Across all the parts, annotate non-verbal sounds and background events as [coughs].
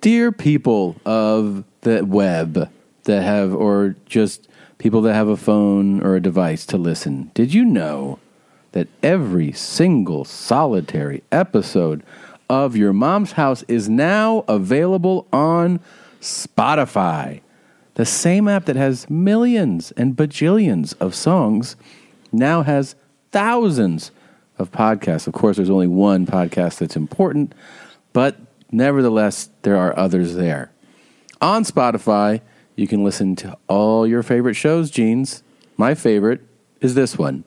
dear people of the web that have, or just people that have a phone or a device to listen, did you know that every single solitary episode of Your Mom's House is now available on Spotify? The same app that has millions and bajillions of songs now has thousands of podcasts. Of course, there's only one podcast that's important, but nevertheless, there are others there. On Spotify, you can listen to all your favorite shows, Jeans. My favorite is this one.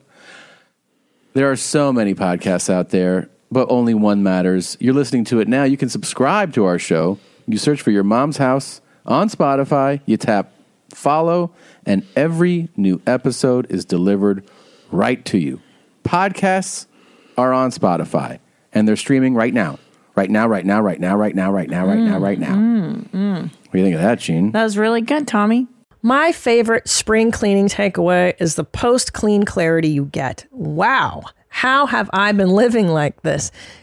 There are so many podcasts out there, but only one matters. You're listening to it now. You can subscribe to our show. You search for your mom's house on Spotify, you tap follow, and every new episode is delivered right to you. Podcasts are on Spotify and they're streaming right now. Right now, right now, right now, right now, right now, right now, right now. Mm, What do you think of that, Gene? That was really good, Tommy. My favorite spring cleaning takeaway is the post clean clarity you get. Wow. How have I been living like this?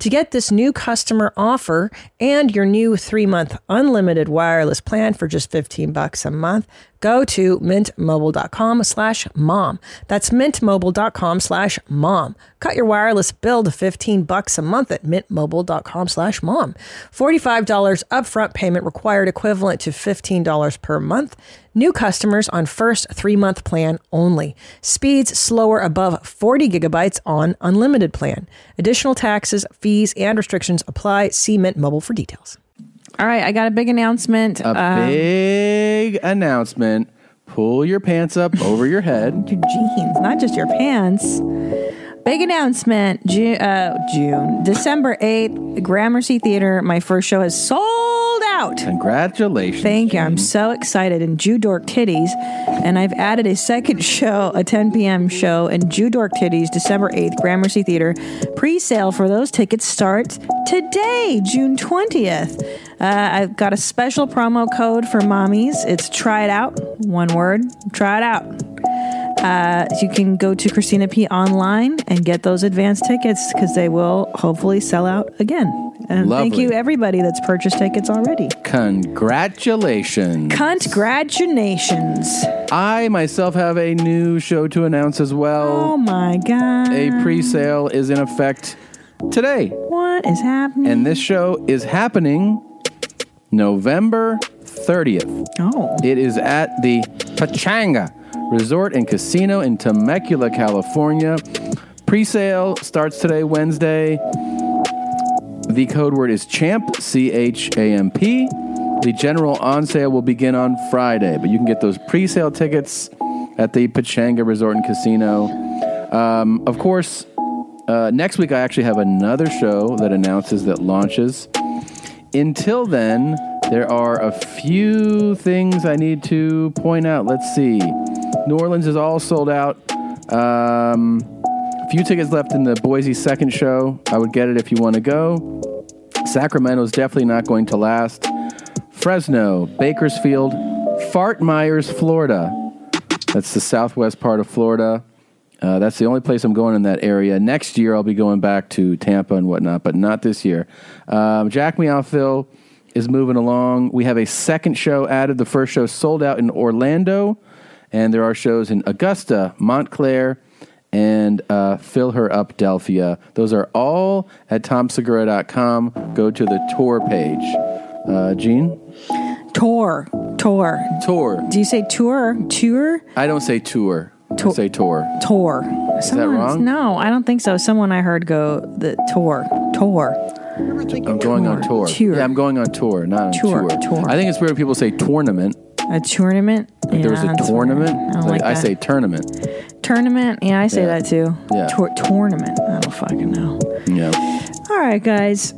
To get this new customer offer and your new three month unlimited wireless plan for just 15 bucks a month, go to mintmobile.com slash mom. That's mintmobile.com slash mom. Cut your wireless bill to 15 bucks a month at mintmobile.com slash mom. $45 upfront payment required equivalent to $15 per month. New customers on first three month plan only. Speeds slower above 40 gigabytes on unlimited plan. Additional taxes, fees, and restrictions apply. See Mint Mobile for details. All right, I got a big announcement. Um, A big announcement. Pull your pants up over your head. your jeans, not just your pants. Big announcement June, uh, June December 8th, Gramercy Theater. My first show has sold out. Congratulations. Thank you. I'm so excited in Jew Dork Titties. And I've added a second [laughs] show, a 10 p.m. show in Jew Dork Titties, December 8th, Gramercy Theater. Pre sale for those tickets starts today, June 20th. Uh, I've got a special promo code for mommies. It's try it out. One word try it out. Uh, you can go to Christina P online and get those advance tickets because they will hopefully sell out again. And thank Lovely. you, everybody that's purchased tickets already. Congratulations. Congratulations. I myself have a new show to announce as Oh well. my God. A pre sale is in effect today. What is happening? And this show is happening November 30th. oh. It is at the Pachanga Resort and Casino in Temecula, California. Pre sale starts today, Wednesday. The code word is CHAMP, C H A M P. The general on sale will begin on Friday, but you can get those pre sale tickets at the Pachanga Resort and Casino. Um, of course, uh, next week I actually have another show that announces that launches. Until then, there are a few things I need to point out. Let's see. New Orleans is all sold out. Um, few tickets left in the Boise second show. I would get it if you want to go. Sacramento's definitely not going to last. Fresno, Bakersfield, Fart Myers, Florida. That's the southwest part of Florida. Uh, that's the only place I'm going in that area. Next year, I'll be going back to Tampa and whatnot, but not this year. Um, Jack Meowville is moving along. We have a second show added. The first show sold out in Orlando, and there are shows in Augusta, Montclair, and uh, Fill Her Up Delphia. Those are all at tomsegura.com. Go to the tour page. Uh, Gene? Tour. Tour. Tour. Do you say tour? Tour? I don't say tour. I Tour. say tour. Tour. Is wrong? No, I don't think so. Someone I heard go the tour. Tour. I'm going on tour. Tour. Yeah, I'm going on tour, not on Tour, tour. tour. I think it's weird when people say tournament. A tournament. There was Yeah, a that's weird. tournament. I don't like I that. say tournament. tournament. Yeah, I say Yeah. that too. Yeah. Tour- tournament. I don't fucking know. Yeah. All right, guys.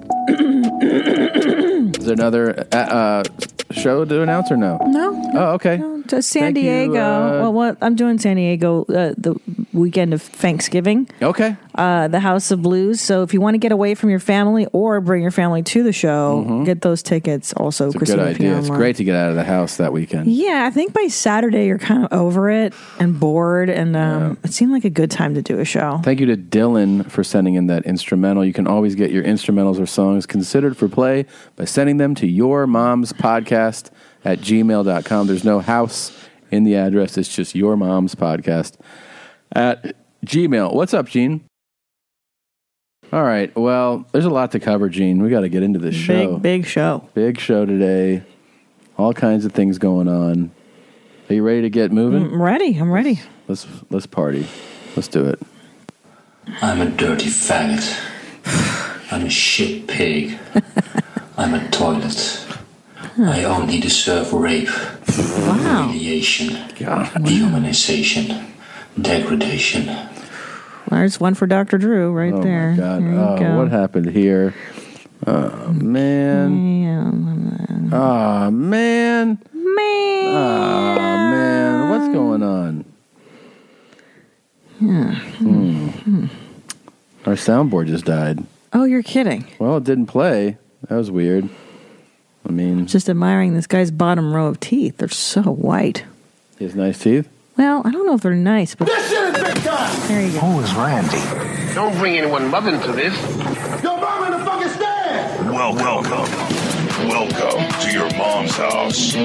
Is there another uh, uh, show to announce or no? No. Oh, okay. To San Thank you, Diego. uh, well, what I'm doing San Diego uh, the weekend of Thanksgiving, Okay. uh, the House of Blues. So if you want to get away from your family or bring your family to the show, get those tickets. Also, Mm-hmm. It's a good idea. It's great to get out of the house that weekend. Yeah, I think by Saturday you're kind of over it and bored, and um, it seemed like a good time to do a show. Thank you to Dylan for sending in that instrumental. You can always get your instrumentals or songs considered for play by sending them to your mom's podcast at gmail.com. There's no house in the address, it's just your mom's podcast at gmail. What's up, Gene? All right. Well, there's a lot to cover, Gene. We got to get into this show. Big, big show. Big show today. All kinds of things going on. Are you ready to get moving? Mm, I'm ready. I'm ready. Let's let's party. Let's do it. I'm a dirty faggot. I'm a shit pig. I'm a toilet. I only deserve rape, Wow. humiliation, dehumanization, degradation. There's one for Dr. Drew right Oh there. my god! There you Oh, go. what happened here? Oh man! Man. Oh man! Oh Man. man! What's going on? Hmm. Our soundboard just died. Oh, you're kidding. Well, it didn't play. That was weird. I mean, Just admiring this guy's bottom row of teeth. They're so white. he has nice teeth. Well, I don't know if they're nice, but This shit is big time. there you go. Don't bring anyone mother into this. Your mom in the fucking stand. Welcome. Welcome to your mom's house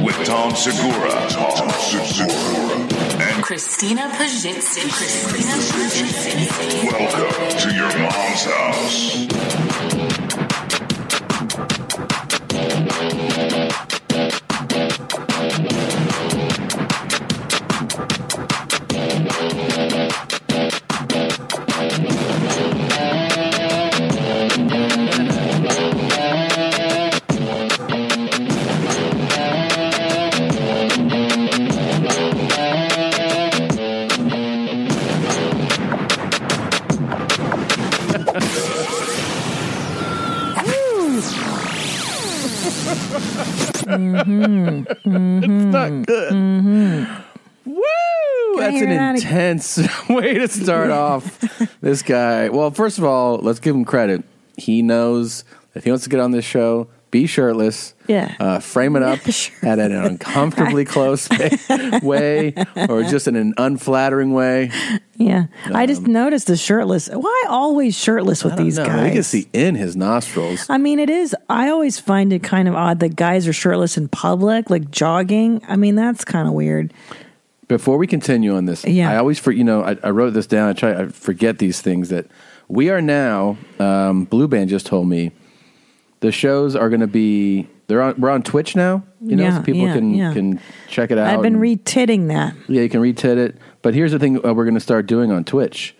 with Tom Segura, Tom Segura. And Christina Pajitsin. Christina Pajitsin. welcome to your mom's house. Mm-hmm. Not good. Woo! That's hear an that intense [laughs] way to [laughs] start off. This guy. Well, first of all, let's give him credit. He knows if he wants to get on this show, be shirtless. Yeah. Uh, frame it up [laughs] Sure. at [laughs] an uncomfortably close [laughs] way, or just in an unflattering way. Yeah. I just Um, noticed the shirtless. Why always shirtless with these No, guys? you can see in his nostrils. I mean, it is. I always find it kind of odd that guys are shirtless in public, like jogging. I mean, that's kind of weird. Before we continue on this, Yeah. I always, for you know, I, I wrote this down. I try, I forget these things that we are now. Um, Blue Band just told me the shows are going to be. They're on. We're on Twitch now. You know, Yeah, so people yeah, can yeah. can check it out. I've been and- retitting that. Yeah, you can retit it. But here's the thing: uh, we're going to start doing on Twitch.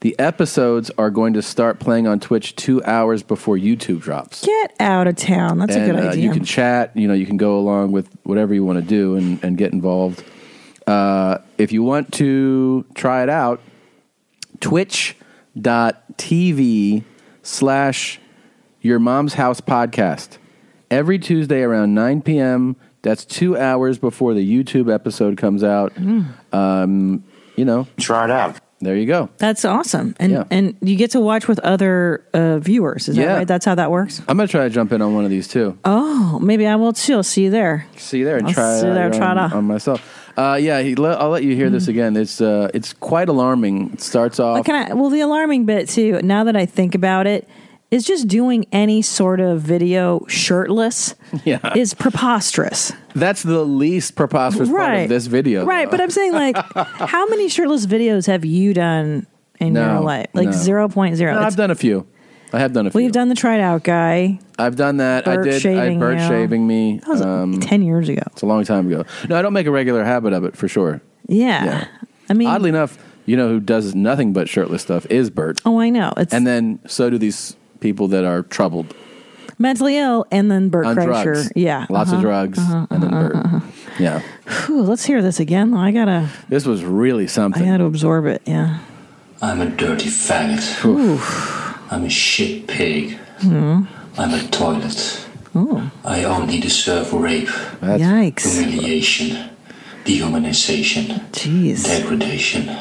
The episodes are going to start playing on Twitch two hours before YouTube drops. Get out of town. Oh, That's and a good uh, idea. you can chat. You know, you can go along with whatever you want to do and, and get involved. Uh, if you want to try it out, twitch.tv slash your mom's house podcast. Every Tuesday around 9 p.m. That's two hours before the YouTube episode comes out. Mm. Um, you know, Try it out. there you go. that's awesome, and Yeah. and you get to watch with other uh, viewers. Is Yeah. that right? That's how that works. I'm going to try to jump in on one of these too. Oh, maybe I will too. See you there. see you there and I'll try see it you there, out try on, it out. on myself. Uh, yeah, he, le- I'll let you hear this again. It's uh, it's quite alarming. It starts off. But can I? Well, the alarming bit too. Now that I think about it, is just doing any sort of video shirtless [laughs] Yeah. is preposterous. that's the least preposterous part of this video. Right, though. but I'm saying [laughs] like, how many shirtless videos have you done in No, your life? Like no. 0.0. No, It's- I've done a few. I have done a few. we've done the tried out guy. I've done that. I Bert did. I shaving, bird yeah. shaving me. That was like, Um, ten years ago. it's a long time ago. No, I don't make a regular habit of it for sure. Yeah. yeah. I mean, Oddly enough, you know who does nothing but shirtless stuff is Bert, oh, I know. It's and then so do these people that are troubled mentally ill, and then Bert on Kreischer. drugs. Yeah, uh-huh, lots of drugs, and then Bert. Yeah. Phew, uh-huh. let's hear this again. though. I gotta, This was really I something. gotta absorb it. Yeah. I'm a dirty faggot. I'm a shit pig. Hmm. I'm a toilet. I only deserve rape, That's, [laughs] Yikes. humiliation, dehumanization, Jeez. degradation.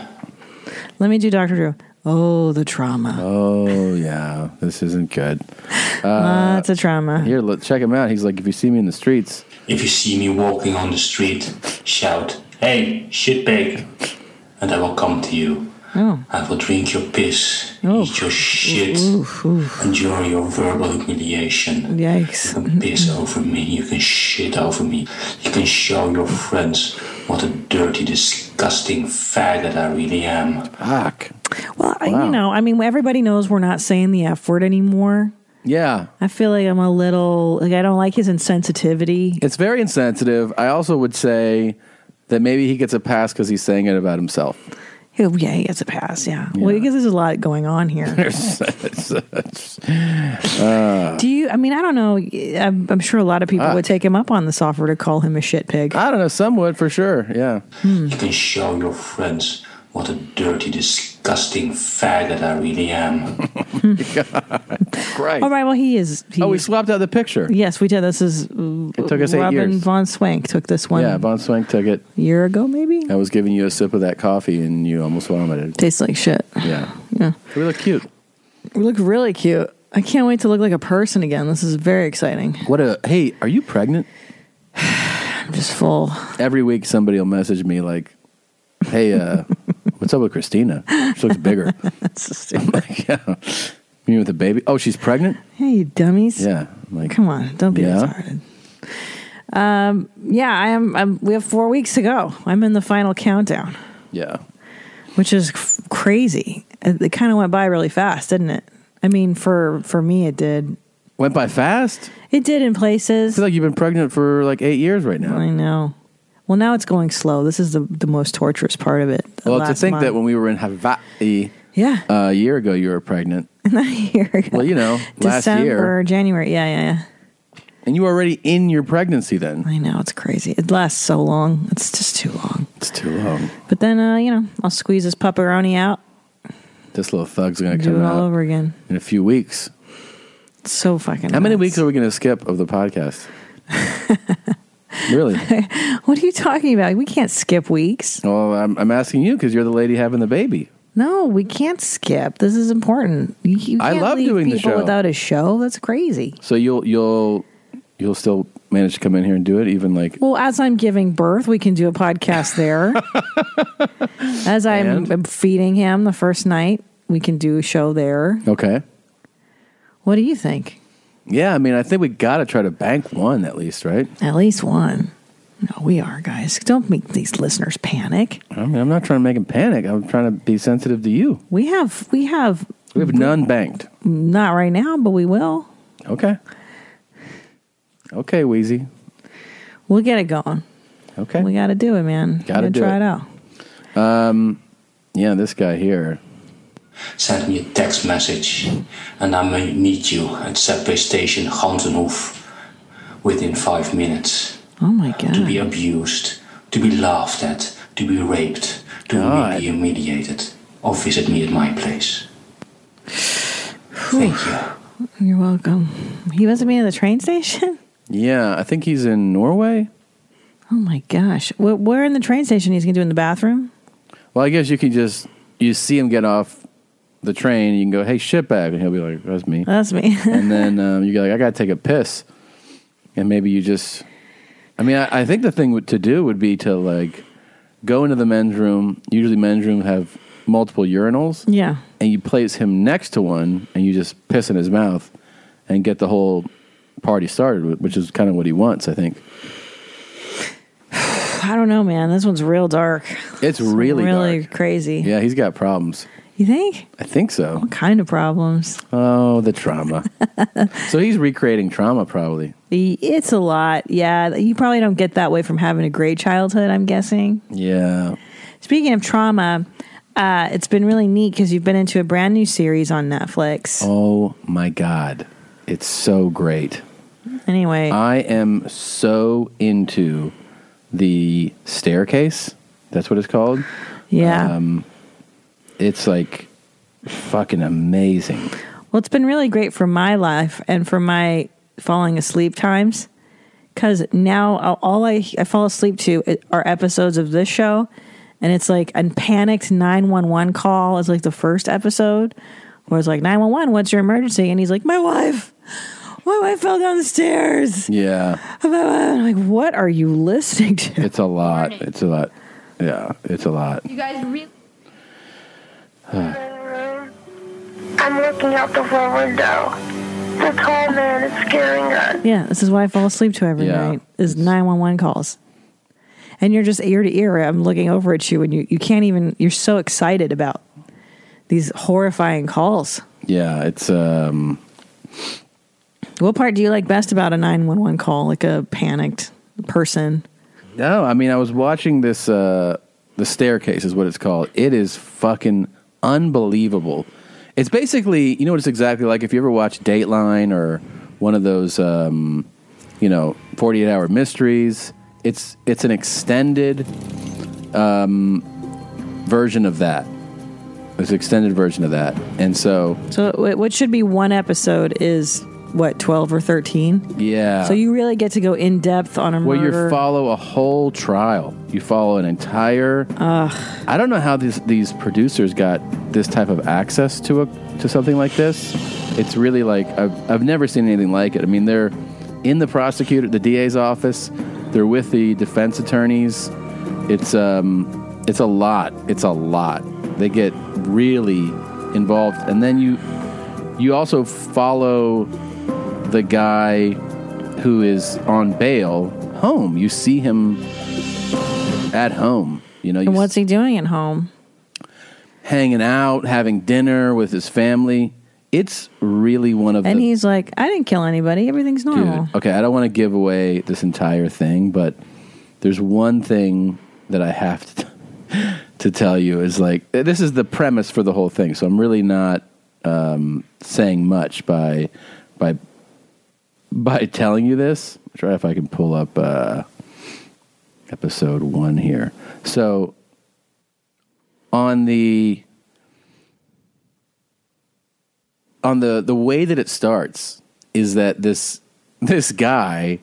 Let me do Dr. Drew. Oh, the trauma. Oh yeah, this isn't good. Uh, Lots of trauma. Here, look, check him out. He's like, if you see me in the streets, If you see me walking on the street, shout, Hey, shitbag! And I will come to you. Oh. I will drink your piss, eat your shit, endure your verbal humiliation. Yikes. Mm-hmm. You can piss over me, you can shit over me, you can show your friends what a dirty, disgusting faggot I really am. fuck. Well, I Wow. you know, I mean, everybody knows we're not saying the F word anymore. Yeah, I feel like I'm a little, like, I don't like his insensitivity. it's very insensitive. I also would say that maybe he gets a pass because he's saying it about himself. Oh, yeah, he gets a pass. Yeah. Well, I guess there's a lot going on here. [laughs] There's- uh, there's- Ah. Do you, I mean, I don't know. I'm, I'm sure a lot of people would take him up on this offer to call him a shit pig. I don't know. Some would for sure. Yeah. Hmm. You can show your friends what a dirty, disgusting faggot I really am. [laughs] Right. All right. Well, he is. He, Oh, we swapped out the picture. yes, we did. This is. It took us eight Robin years. Von Swank took this one Yeah, Von Swank took it. a year ago, maybe. I was giving you a sip of that coffee, and you almost vomited. Tastes like shit. Yeah. Yeah. We look cute. We look really cute. I can't wait to look like a person again. This is very exciting. What a hey, are you pregnant? I'm just full. Every week somebody will message me like, "Hey, uh, [laughs] what's up with Christina? She looks bigger." [laughs] That's so stupid. yeah. You mean with a baby? Oh, she's pregnant? hey, you dummies. Yeah. I'm like Come on, don't be Yeah. retarded. Um, yeah, I am. I'm, we have four weeks to go. I'm in the final countdown, Yeah. which is f- crazy. It, it kind of went by really fast, didn't it? I mean, for for me, it did. Went by fast. It did in I places. feel like you've been pregnant for like eight years right now. I know. Well, now it's going slow. This is the the most torturous part of it. the Well, to last think that month. when we were in Hawaii yeah, uh, a year ago, you were pregnant, not [laughs] a year ago. Well, you know, last December, year. January. Yeah, yeah, yeah. and you were already in your pregnancy then. I know it's crazy. It lasts so long. It's just too long. It's too long. But then, uh, you know, I'll squeeze this pepperoni out, This little thug's gonna do come it all out over again. in a few weeks. It's so [laughs] fucking. How many nuts. weeks are we gonna skip of [laughs] the podcast? really? What are you talking about? We can't skip weeks. Well, I'm, I'm asking you because you're the lady having the baby. No, we can't skip. This is important. You, you I can't love leave doing the people show. without a show. That's crazy. So you'll you'll you'll still manage to come in here and do it, even like Well, as I'm giving birth, we can do a podcast [laughs] there. as I'm And? feeding him the first night, we can do a show there. okay, What do you think? yeah. I mean, I think we gotta try to bank one at least, right? At least one. No, we are, guys. Don't make these listeners panic. I mean, I'm not trying to make him panic. I'm trying to be sensitive to you. We have, we have, We have none banked. not right now, but we will. Okay. Okay, Wheezy. We'll get it going. Okay. We got to do it, man. We Gotta do try it. it out. Um, Yeah, this guy here. Send me a text message and I may meet you at subway station Gansenhoef within five minutes. Oh my To be god! abused, to be laughed at, to be raped, to God. be humiliated, or visit me at my place. Thank you. You're welcome. He wasn't me at the train station. [laughs] Yeah, I think he's in Norway. Oh my gosh! Wh- Where in the train station? He's gonna do in the bathroom. [sighs] Well, I guess you can just you see him get off the train. You can go, "Hey, shitbag," and he'll be like, "That's me." That's me. [laughs] and then um, you go like, I gotta take a piss, and maybe you just. I mean, I, I think the thing would- to do would be to like go into the men's room. Usually, men's rooms have multiple urinals, yeah. and you place him next to one, and you just piss in his mouth, and get the whole party started, which is kind of what he wants. I think I don't know, man. This one's real dark. it's really, really dark. crazy. Yeah, he's got problems. You think? I think so. What kind of problems? Oh, the [laughs] trauma. so he's recreating trauma, probably. The- It's a lot. Yeah. You probably don't get that way from having a great childhood. I'm guessing. Yeah. Speaking of trauma, uh, it's been really neat because you've been into a brand new series on Netflix. Oh my god, it's so great. Anyway, I am so into the staircase. That's what it's called. uh, Um, yeah. It's like fucking amazing. Well, it's been really great for my life and for my falling asleep times because now I'll- all I, I fall asleep to i- are episodes of this show. And it's like a panicked 911 call is like the first episode where it's like, 911, what's your emergency? And he's like, my wife, my wife Oh, fell down the stairs. Yeah, I'm like, what are you listening to? it's a lot. It's a lot. Yeah, it's a lot. You guys [sighs] really. I'm looking out the front window. The tall man is scaring us. Yeah, this is what I fall asleep to every Yeah. night is 911 calls. And you're just ear to ear. I'm looking over at you and you, you can't even, you're so excited about these horrifying calls. Yeah, it's um. What part do you like best about a 911 call, like a panicked person? No, I mean I was watching this. uh The staircase is what it's called. It is fucking unbelievable. It's basically you know what it's exactly like if you ever watch Dateline or one of those um, you know forty eight hour mysteries. It's it's an extended um, version of that. It's an extended version of that, and so So, wh- what should be one episode is what, 12 or 13? yeah. So, you really get to go in depth on a Well, murder. you follow a whole trial. You follow an entire. I don't know how these these producers got this type of access to a to something like this. It's really like I've I've never seen anything like it. I mean, they're in the prosecutor, the DA's office. They're with the defense attorneys. It's um, it's a lot. It's a lot. They get really involved, and then you you also follow the guy who is on bail home. You see him at home. You know, you and what's he doing at home? hanging out, having dinner with his family. It's really one of And the he's like, I didn't kill anybody. Everything's Dude, normal. Okay, I don't want to give away this entire thing, but there's one thing that I have to [laughs] to tell you is like eh, this is the premise for the whole thing. So I'm really not um, saying much by by by telling you this. I'll try if I can pull up uh, episode one here. So on the on the the way that it starts is that this [laughs] this guy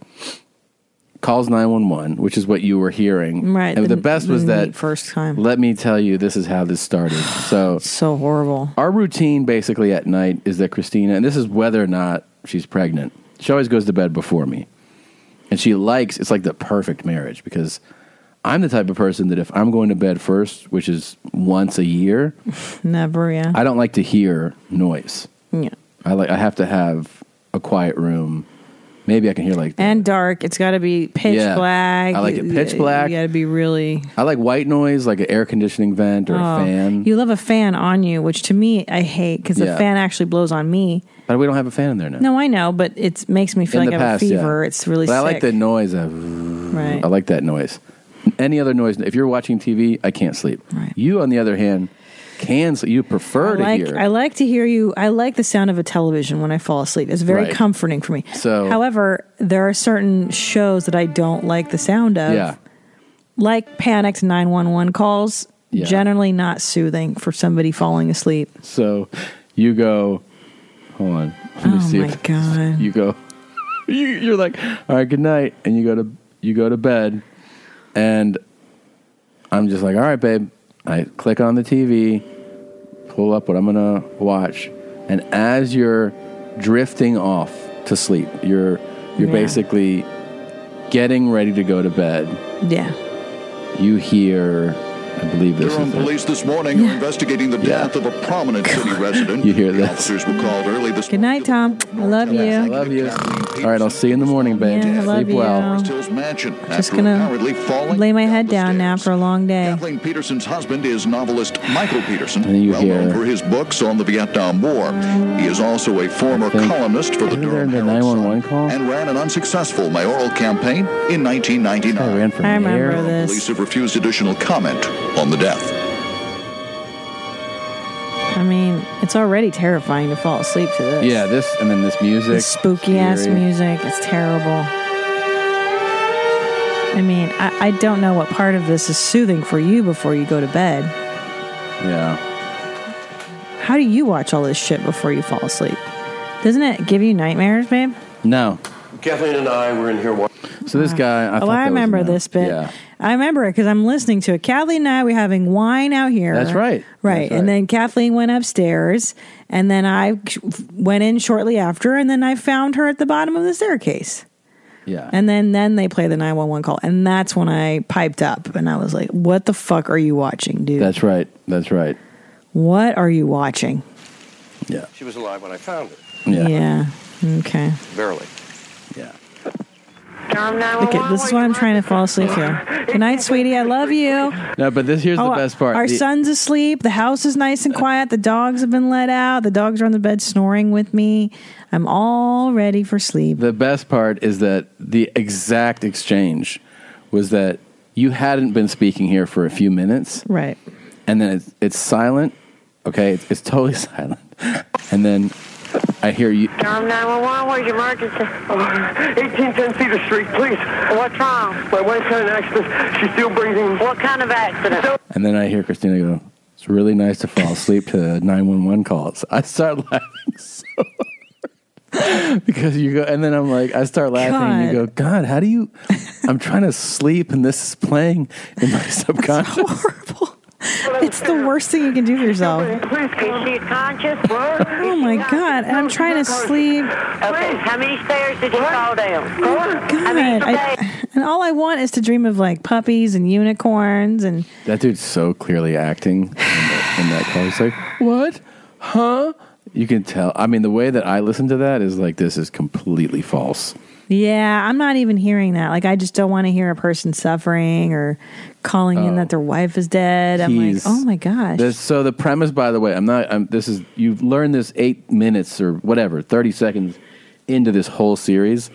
calls 911 which is what you were hearing Right, and the, the- best the was that neat first time. let me tell you this is how [sighs] this started so So horrible. our routine basically at night is that Christina, and this is whether or not she's pregnant, she always goes to bed before me. And she likes it's like the perfect marriage because I'm the type of person that if I'm going to bed first, which is once a year, Never, yeah. I don't like to hear noise. yeah. I like I have to have a quiet room. Maybe I can hear like And dark. It's got to be pitch Yeah. black. I like it pitch black. You got to be really. I like white noise, like an air conditioning vent or a Oh, fan. You love a fan on you, which to me I hate because the Yeah. fan actually blows on me. but we don't have a fan in there now. No, I know, but it makes me feel in like I the have past, a yeah. fever. It's really But I like sick. the noise of right. I like that noise. Any other noise? If you're watching TV, I can't sleep. Right. You, on the other hand, can sleep. You prefer to I like, hear. I like to hear you. I like the sound of a television when I fall asleep. It's very Right. Oh. comforting for me. So- however, there are certain shows that I don't like the sound of, yeah, like panicked nine one one calls. Yeah. Generally, not soothing for somebody falling asleep. so you go. Hold on. Let me Oh see my if- God. You go. [laughs] You, you're like, all right, good night, and you go to you go to bed, and I'm just like, all right, babe. I click on the TV, pull up what I'm gonna watch, and as you're drifting off to sleep, you're you're Yeah. basically getting ready to go to bed. Yeah, You hear, I believe this Durham is it. police this morning are investigating the death of a prominent city resident. You hear the this. Officers were called early this Good night, Tom. I love I you. love you. All right, I'll see you in the morning, babe. Yeah, I love Sleep you. well. Hill's mansion Just after gonna apparently falling Lay my head the down now stairs. for a long day. Kathleen Peterson's husband is novelist Michael Peterson, And you well known hear- for his books on the Vietnam War. He is also a former think- columnist for the Isn't there Durham the Herald Sun 911 call? and ran an unsuccessful mayoral campaign in 1999. I ran for I remember mayor. this. Police have refused additional comment on the death. I mean, it's already terrifying to fall asleep to this. Yeah, this and then this music. This spooky ass Eerie. music. It's terrible. I mean, I, I don't know what part of this is soothing for you before you go to bed. Yeah. How do you watch all this shit before you fall asleep? Doesn't it give you nightmares, babe? No. Kathleen and I were in here watching. So this guy. I oh, thought that I was remember in there. this bit. Yeah. I remember it because I'm listening to it. Kathleen and I were having wine out here. That's right. Right. That's right. And then Kathleen went upstairs, and then I sh- went in shortly after, and then I found her at the bottom of the staircase. Yeah. And then then they play the 911 call, and that's when I piped up, and I was like, "What the fuck are you watching, dude? That's right. That's right. what are you watching?" Yeah. She was alive when I found her. Yeah. Yeah. Okay. Barely. Yeah. Look at this is what I'm trying to fall asleep to. Good night, sweetie. I love you. No, but this here's Oh, the best part. Our The- son's asleep. The house is nice and quiet. The dogs have been let out. The dogs are on the bed snoring with me. I'm all ready [laughs] for sleep. The best part is that the exact exchange was that you hadn't been speaking here for a few minutes, Right. and then it's, it's silent. Okay, it's, it's totally [laughs] silent, and then I hear you. Dom 911, where's [laughs] your emergency? 1810 Cedar Street, please. What's wrong? My wife had an accident. She's still breathing. What kind of accident? And then I hear Christina go, It's really nice to fall asleep to 911 calls. I start [laughs] laughing so hard. because you go, and then I'm like, I start laughing and you go, God, how [laughs] do you? I'm trying to sleep and this is playing in my [laughs] subconscious. It's the worst thing you can do for yourself. Is she conscious? Oh my god! And I'm trying to sleep. Oh, Okay, how many stairs did you fall down? God, I, and all I want is to dream of like puppies and unicorns and that dude's so clearly acting in that, in that call. He's like, What? Huh? You can tell. I mean, the way that I listen to that is like, this is completely false. yeah. I'm not even hearing that. Like I just don't want to hear a person suffering or calling in that their wife is dead. I'm like, Oh. He's- oh my gosh. This, so the premise, by the way, I'm not. I'm, this is you've learned this eight minutes or whatever, thirty seconds into this whole series,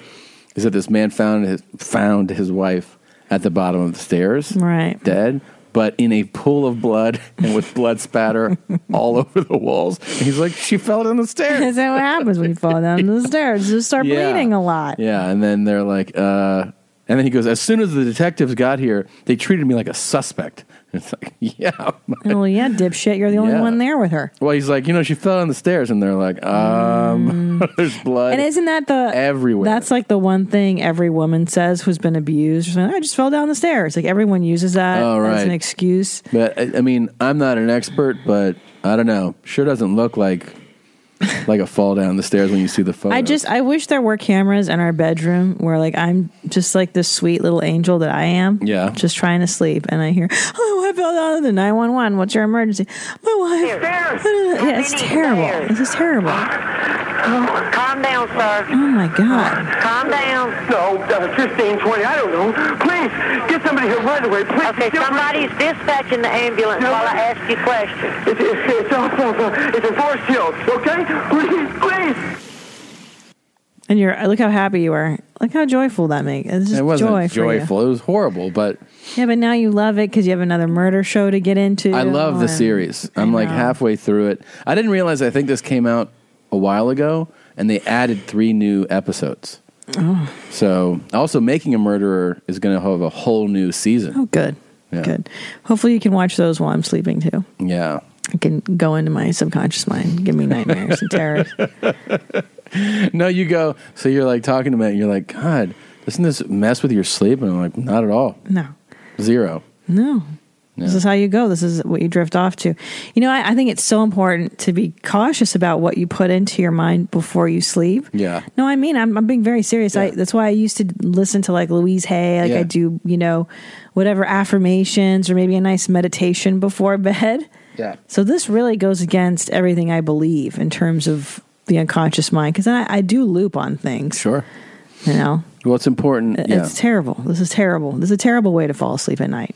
is that this man found his found his wife at the bottom of the stairs, Right. dead, but in a pool of blood [laughs] and with [laughs] blood spatter all over the walls. And he's like, she fell down the stairs. That's what happens when you fall down [laughs] the stairs. You start Yeah. bleeding a lot. Yeah, and then they're like, uh, and then he goes, as soon as the detectives got here, they treated me like a suspect. [laughs] It's like, yeah, Well, yeah, dipshit, you're the only Yeah. one there with her. Well, he's like, you know, she fell down the stairs, and they're like, um, [laughs] there's blood. Mm. And isn't that the everywhere. That's like the one thing every woman says who's been abused. Or something. I just fell down the stairs. Like everyone uses that Oh, as right. an excuse. But I, I mean, I'm not an expert, but I don't know. Sure doesn't [laughs] look like like a fall down the stairs when you see the photo. I just I wish there were cameras in our bedroom where like I'm just like this sweet little angel that I am. Yeah. Just trying to sleep and I hear, Oh, I fell down the nine one one. What's your emergency? My wife [laughs] Yeah, it's terrible. This is terrible. Calm down, sir. Oh my god. Calm down. No, uh, 15, 20, I don't know. Please, get somebody here right away. Please. Okay, Get- somebody's dispatching the ambulance while I ask you questions. It's, it's, it's, off of, uh, it's a force field, okay? Please, please. And you're look how happy you are. Look how joyful that makes. It's just it wasn't joy for you. joyful. It was horrible, but Yeah, but now you love it because you have another murder show to get into. I love the and- series. I'm like know. halfway through it. I didn't realize. I think this came out a while ago, and they added three new episodes. Oh, So, also, making a murderer is going to have a whole new season. Oh, good. Yeah. Good. Hopefully, you can watch those while I'm sleeping too. Yeah. I can go into my subconscious mind, give me nightmares and terrors. [laughs] No, you go. So you're like talking to me, and you're like, God, doesn't this mess with your sleep? And I'm like, not at all. No, Zero. no. This is how you go. This is what you drift off to. You know, I, I think it's so important to be cautious about what you put into your mind before you sleep. Yeah. No, I mean, I'm, I'm being very serious. I, Yeah. that's why I used to listen to like Louise Hay. Like Yeah. I do, you know, whatever affirmations or maybe a nice meditation before [laughs] bed. Yeah. So this really goes against everything I believe in terms of the unconscious mind because I, I do loop on things. Sure. You know, Well, it's important. It- yeah. it's terrible. This is terrible. This is a terrible way to fall asleep at night.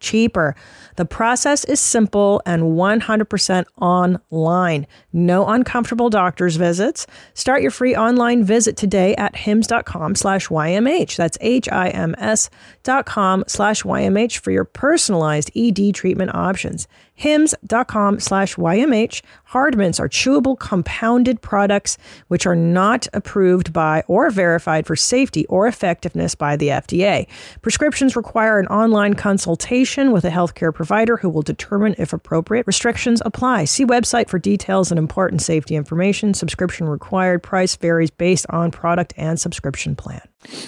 cheaper. The process is simple and 100% online. No uncomfortable doctor's visits. Start your free online visit today at hims.com slash YMH. That's H-I-M-S dot com slash YMH for your personalized ED treatment options. Hims.com slash YMH. Hardmints are chewable compounded products which are not approved by or verified for safety or effectiveness by the FDA. Prescriptions require an online consultation with a healthcare provider who will determine if appropriate. Restrictions apply. See website for details and important safety information. Subscription required. Price varies based on product and subscription plan.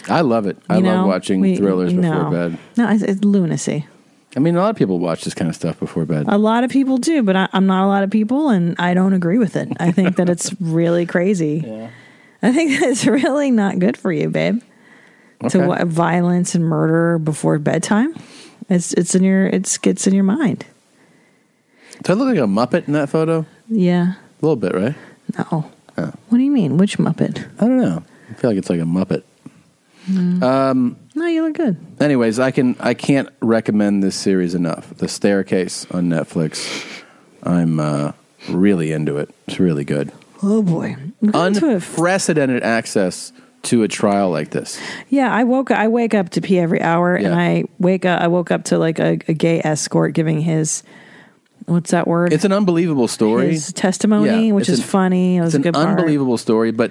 I love it. I You know, love watching we- thrillers no. before bed. No, it's, it's lunacy. I mean, a lot of people watch this kind of stuff before bed. A lot of people do, but I, I'm not a lot of people, and I don't agree with it. I think that [laughs] it's really crazy. I think [laughs] that's really not good for you, babe. To Okay. wa- violence and murder before bedtime, it's it's in your it's gets in your mind. Do I look like a Muppet in that photo? Yeah. A little bit, right? No. Oh. What do you mean? Which Muppet? I don't know. I feel like it's like a Muppet. Mm. Um, no, you look good. Anyways, I can I can't recommend this series enough. The Staircase on Netflix. I'm uh, really into it. It's really good. Oh boy. Unprecedented access to a trial like this. Yeah, I woke. I wake up to pee every hour, and Yeah. I wake up. I woke up to like a, a gay escort giving his what's that word? It's an unbelievable story. His testimony, Yeah, which it's is an- funny. It was It's a an good part. unbelievable story, but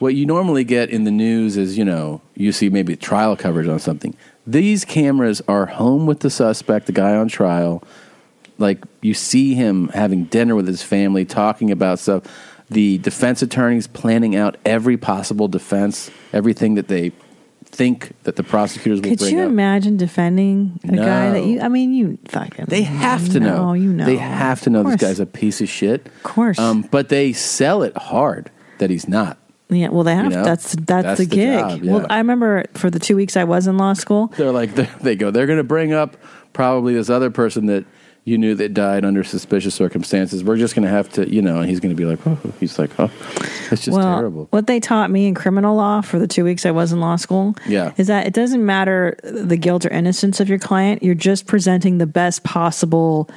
what you normally get in the news is, you know, you see maybe trial coverage on something. These cameras are home with the suspect, the guy on trial. Like you see him having dinner with his family, talking about stuff. The defense attorneys planning out every possible defense, everything that they think that the prosecutors will Could bring you up. imagine defending a guy that you? I mean, you fucking. They have to know. No, you know. They have to know Of this course. guy's a piece of shit. Of course. Um, but they sell it hard that he's not. Yeah, well, they you have. know? that's, that's That's the the gig. job, yeah. Well, I remember for the two weeks I was in law school. They're like [laughs] they they go. They're going to bring up probably this other person that you knew that died under suspicious circumstances. We're just going to have to, you know. And he's going to be like, oh. he's like, oh, it's just well, terrible. what they taught me in criminal law for the two weeks I was in law school Yeah. is that it doesn't matter the guilt or innocence of your client. You're just presenting the best possible,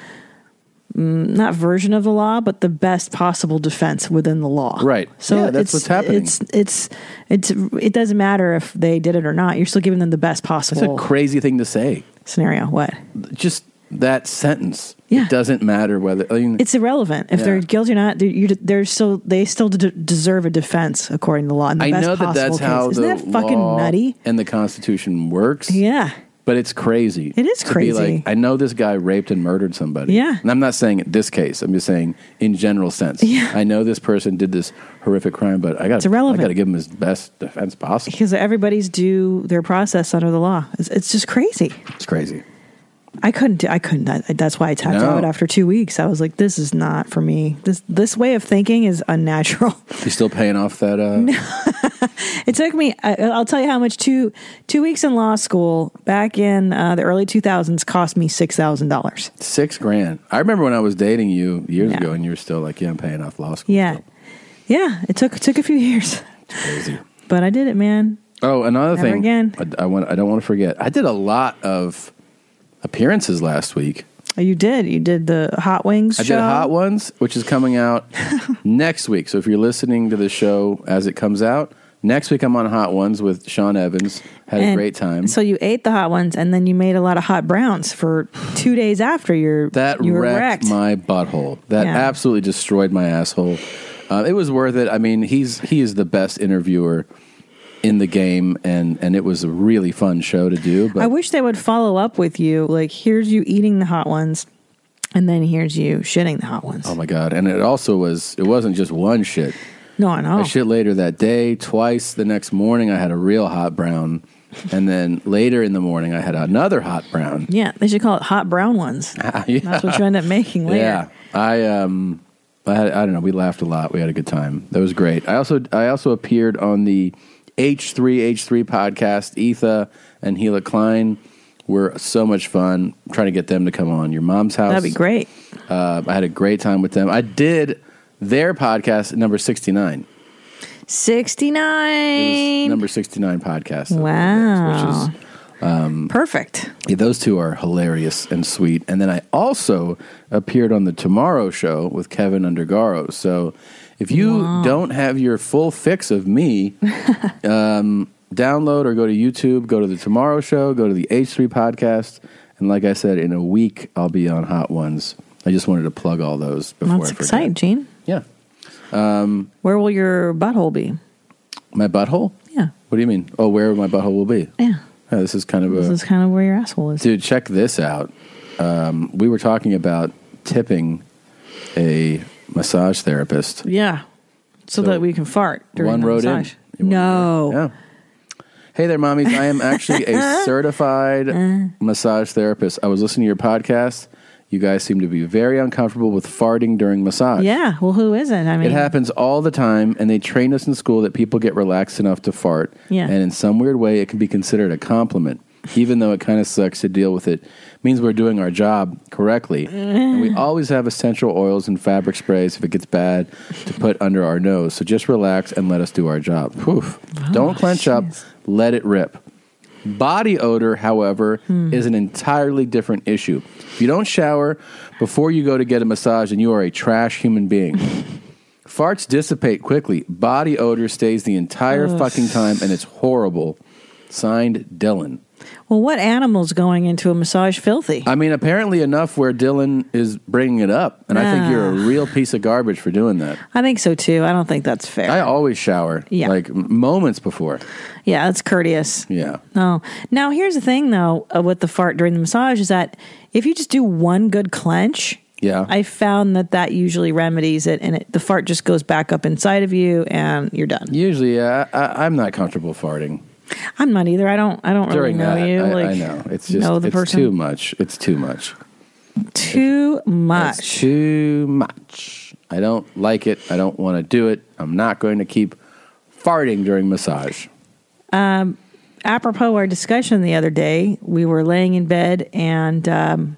mm, not version of the law, but the best possible defense within the law. Right. So Yeah, it's, that's what's happening. It's, it's it's it doesn't matter if they did it or not. You're still giving them the best That's a possible crazy thing to say. scenario. What? Just that sentence. Yeah. It doesn't matter whether I mean, It's irrelevant if Yeah. they're guilty or not. They're, you, they're still they still de- deserve a defense according to the law. And the I best know that possible that's case. how Isn't the that fucking law nutty? and the Constitution works. Yeah. But it's crazy. It is to be crazy. like, I know this guy raped and murdered somebody. Yeah. And I'm not saying in this case. I'm just saying in general sense. Yeah. I know this person did this horrific crime, but I got It's irrelevant. I got to give him his best defense possible. because everybody's due their process under the law. It's, it's just crazy. It's crazy. I couldn't. do I couldn't. I, that's why I tapped No. out after two weeks. I was like, this is not for me. This this way of thinking is unnatural. [laughs] You still paying off that? Uh, It took me. I, I'll tell you how much two two weeks in law school back in uh, the early two thousands cost me six thousand dollars. Six grand. I remember when I was dating you years ago, and you were still like, "Yeah, I'm paying off law school." Yeah, yeah. It took took a few [laughs] years, Crazy. but I did it, man. Oh, another Never thing. again. I, I want. I don't want to forget. I did a lot of appearances last week. Oh, You did. You did the hot wings. I show. did [laughs] Hot Ones, which is coming out next week. So if you're listening to the show as it comes out, Next week, I'm on Hot Ones with Sean Evans. Had a And great time. So you ate the hot ones, and then you made a lot of hot browns for two days after your That you were wrecked, my butthole. That Yeah. absolutely destroyed my asshole. Uh, it was worth it. I mean, he's he is the best interviewer in the game, and and it was a really fun show to do. But I wish they would follow up with you. Like, here's you eating the hot ones, and then here's you shitting the hot ones. oh my god! And it also was. It wasn't just one shit. No, I know. I shit later that day, twice the next morning. I had a real hot brown, and then later in the morning, I had another hot brown. yeah, they should call it hot brown [laughs] ones. Ah, Yeah. That's what you end up making later. [laughs] Yeah, I um, I, had, I don't know. We laughed a lot. We had a good time. That was great. I also I also appeared on the H three H three podcast. Etha and Gila Klein were so much fun. I'm trying to get them to come on your mom's house. That'd be great. Uh, I had a great time with them. I did their podcast number sixty nine. 69. Number sixty nine podcast. Wow. Which is um, Perfect. Yeah, those two are hilarious and sweet. And then I also appeared on the Tomorrow Show with Kevin Undergaro. So if you Wow. don't have your full fix [laughs] of me, um, download or go to YouTube, go to the Tomorrow Show, go to the H3 podcast. And like I said, in a week, I'll be on Hot Ones. I just wanted to plug all those before That's I forget. exciting, Gene. Yeah. Um, Where will your butthole be? my butthole? Yeah. What do you mean? Oh, where my butthole will be? Yeah. Yeah, this is kind of This a. is kind of where your asshole is. Dude, check this out. Um, we were talking about tipping a massage therapist. Yeah. So, So, that we can fart during one the road in. massage. No. Yeah. Hey there, mommies. I am actually [laughs] a certified Uh. massage therapist. I was listening to your podcast. You guys seem to be very uncomfortable with farting during massage. Yeah. Well, who isn't? I mean, it happens all the time, and they trained us in school that people get relaxed enough to fart. Yeah. And in some weird way, it can be considered a compliment, even though it kind of sucks to deal with it. means we're doing our job correctly. and [laughs] we always have essential oils and fabric sprays, if it gets bad, to put under our nose. So just relax and let us do our job. Poof. Oh, Don't clench up, let it rip. Body odor, however, Hmm. is an entirely different issue. If you don't shower before you go to get a massage, and you are a trash [laughs] human being. Farts dissipate quickly. Body odor stays the entire Ugh. fucking time, and it's horrible. Signed, Dylan. well, what animal's going into a massage filthy? I mean, apparently enough where Dylan is bringing it up, and I think you're a real piece of garbage for doing that. I think so too. I don't think that's fair. I always shower, Yeah. like m- moments before. yeah, that's courteous. Yeah, No. Now, here's the thing though uh, with the fart during the massage is that if you just do one good clench, yeah. I found that that usually remedies it, and it, the fart just goes back up inside of you, and you're done. Usually, yeah, I, I, I'm not comfortable farting I'm not either. I don't. I don't during really know that. you. I, like, I know it's just know the it's person. too much. It's too much. Too much. It's too much. I don't like it. I don't want to do it. I'm not going to keep farting during massage. Um, apropos our discussion the other day, we were laying in bed and um,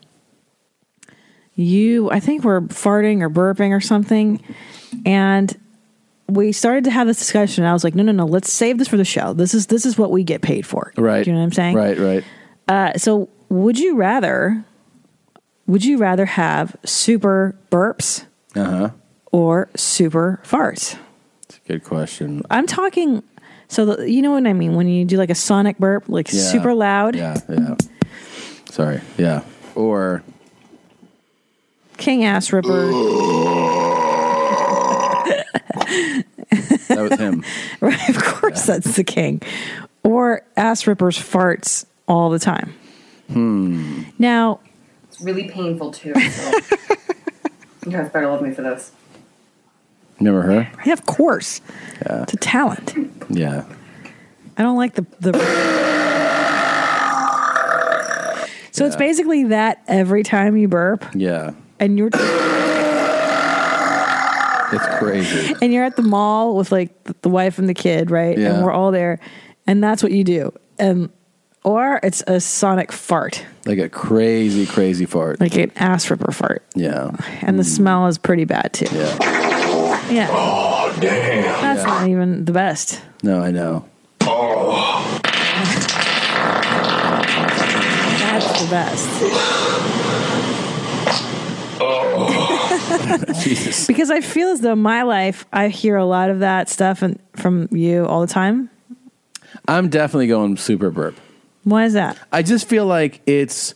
you, I think, were farting or burping or something, and we started to have this discussion. And I was like, no, no, no, let's save this for the show. This is this is what we get paid for. Right. Do you know what I'm saying? Right, right. Uh, so would you rather? Would you rather have super burps Uh huh. or super farts? It's a good question. I'm talking. So the, you know what I mean when you do like a sonic burp, like Yeah. super loud. Yeah, yeah. Sorry. Yeah. Or King ass ripper. that was him. [laughs] right, of course, that's the king. Or ass rippers farts all the time. Hmm. Now, It's really painful too. So. [laughs] you guys better love me for this. Never her. yeah, of course, Yeah. it's a talent. Yeah. I don't like the [laughs] the. So it's Yeah. basically that every time you burp Yeah. and you're It's crazy. and you're at the mall with like th- the wife and the kid, right? Yeah. And we're all there, and that's what you do. Um, or it's a sonic fart, Like a crazy, crazy fart. like an ass ripper fart, Yeah. Mm. and the smell is pretty bad too. Yeah. Yeah. Oh damn. That's not even the best. No, [laughs] I know. Oh. That's the best. Jesus. Because I feel as though my life, I hear a lot of that stuff and from you all the time. I'm definitely going super burp. Why is that? I just feel like it's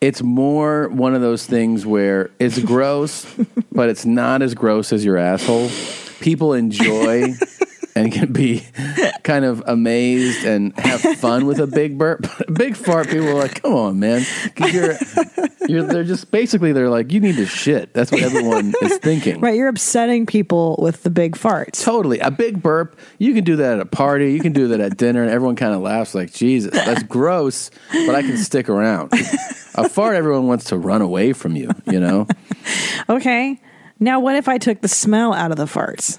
it's more one of those things where it's gross, but it's not as gross as your asshole. People enjoy and can be kind of amazed and have fun with a big burp. A [laughs] big fart, people are like, "Come on, man!" 'Cause You're, you're, they're just basically they're like, "You need to shit." That's what everyone is thinking. Right, you're upsetting people with the big farts. Totally. A big burp. You can do that at a party. You can do that at dinner, and everyone kind of laughs like, Jesus, [laughs] that's gross, but I can stick around. A fart, everyone wants to run away from you, you know? Okay. Now, what if I took the smell out of the farts?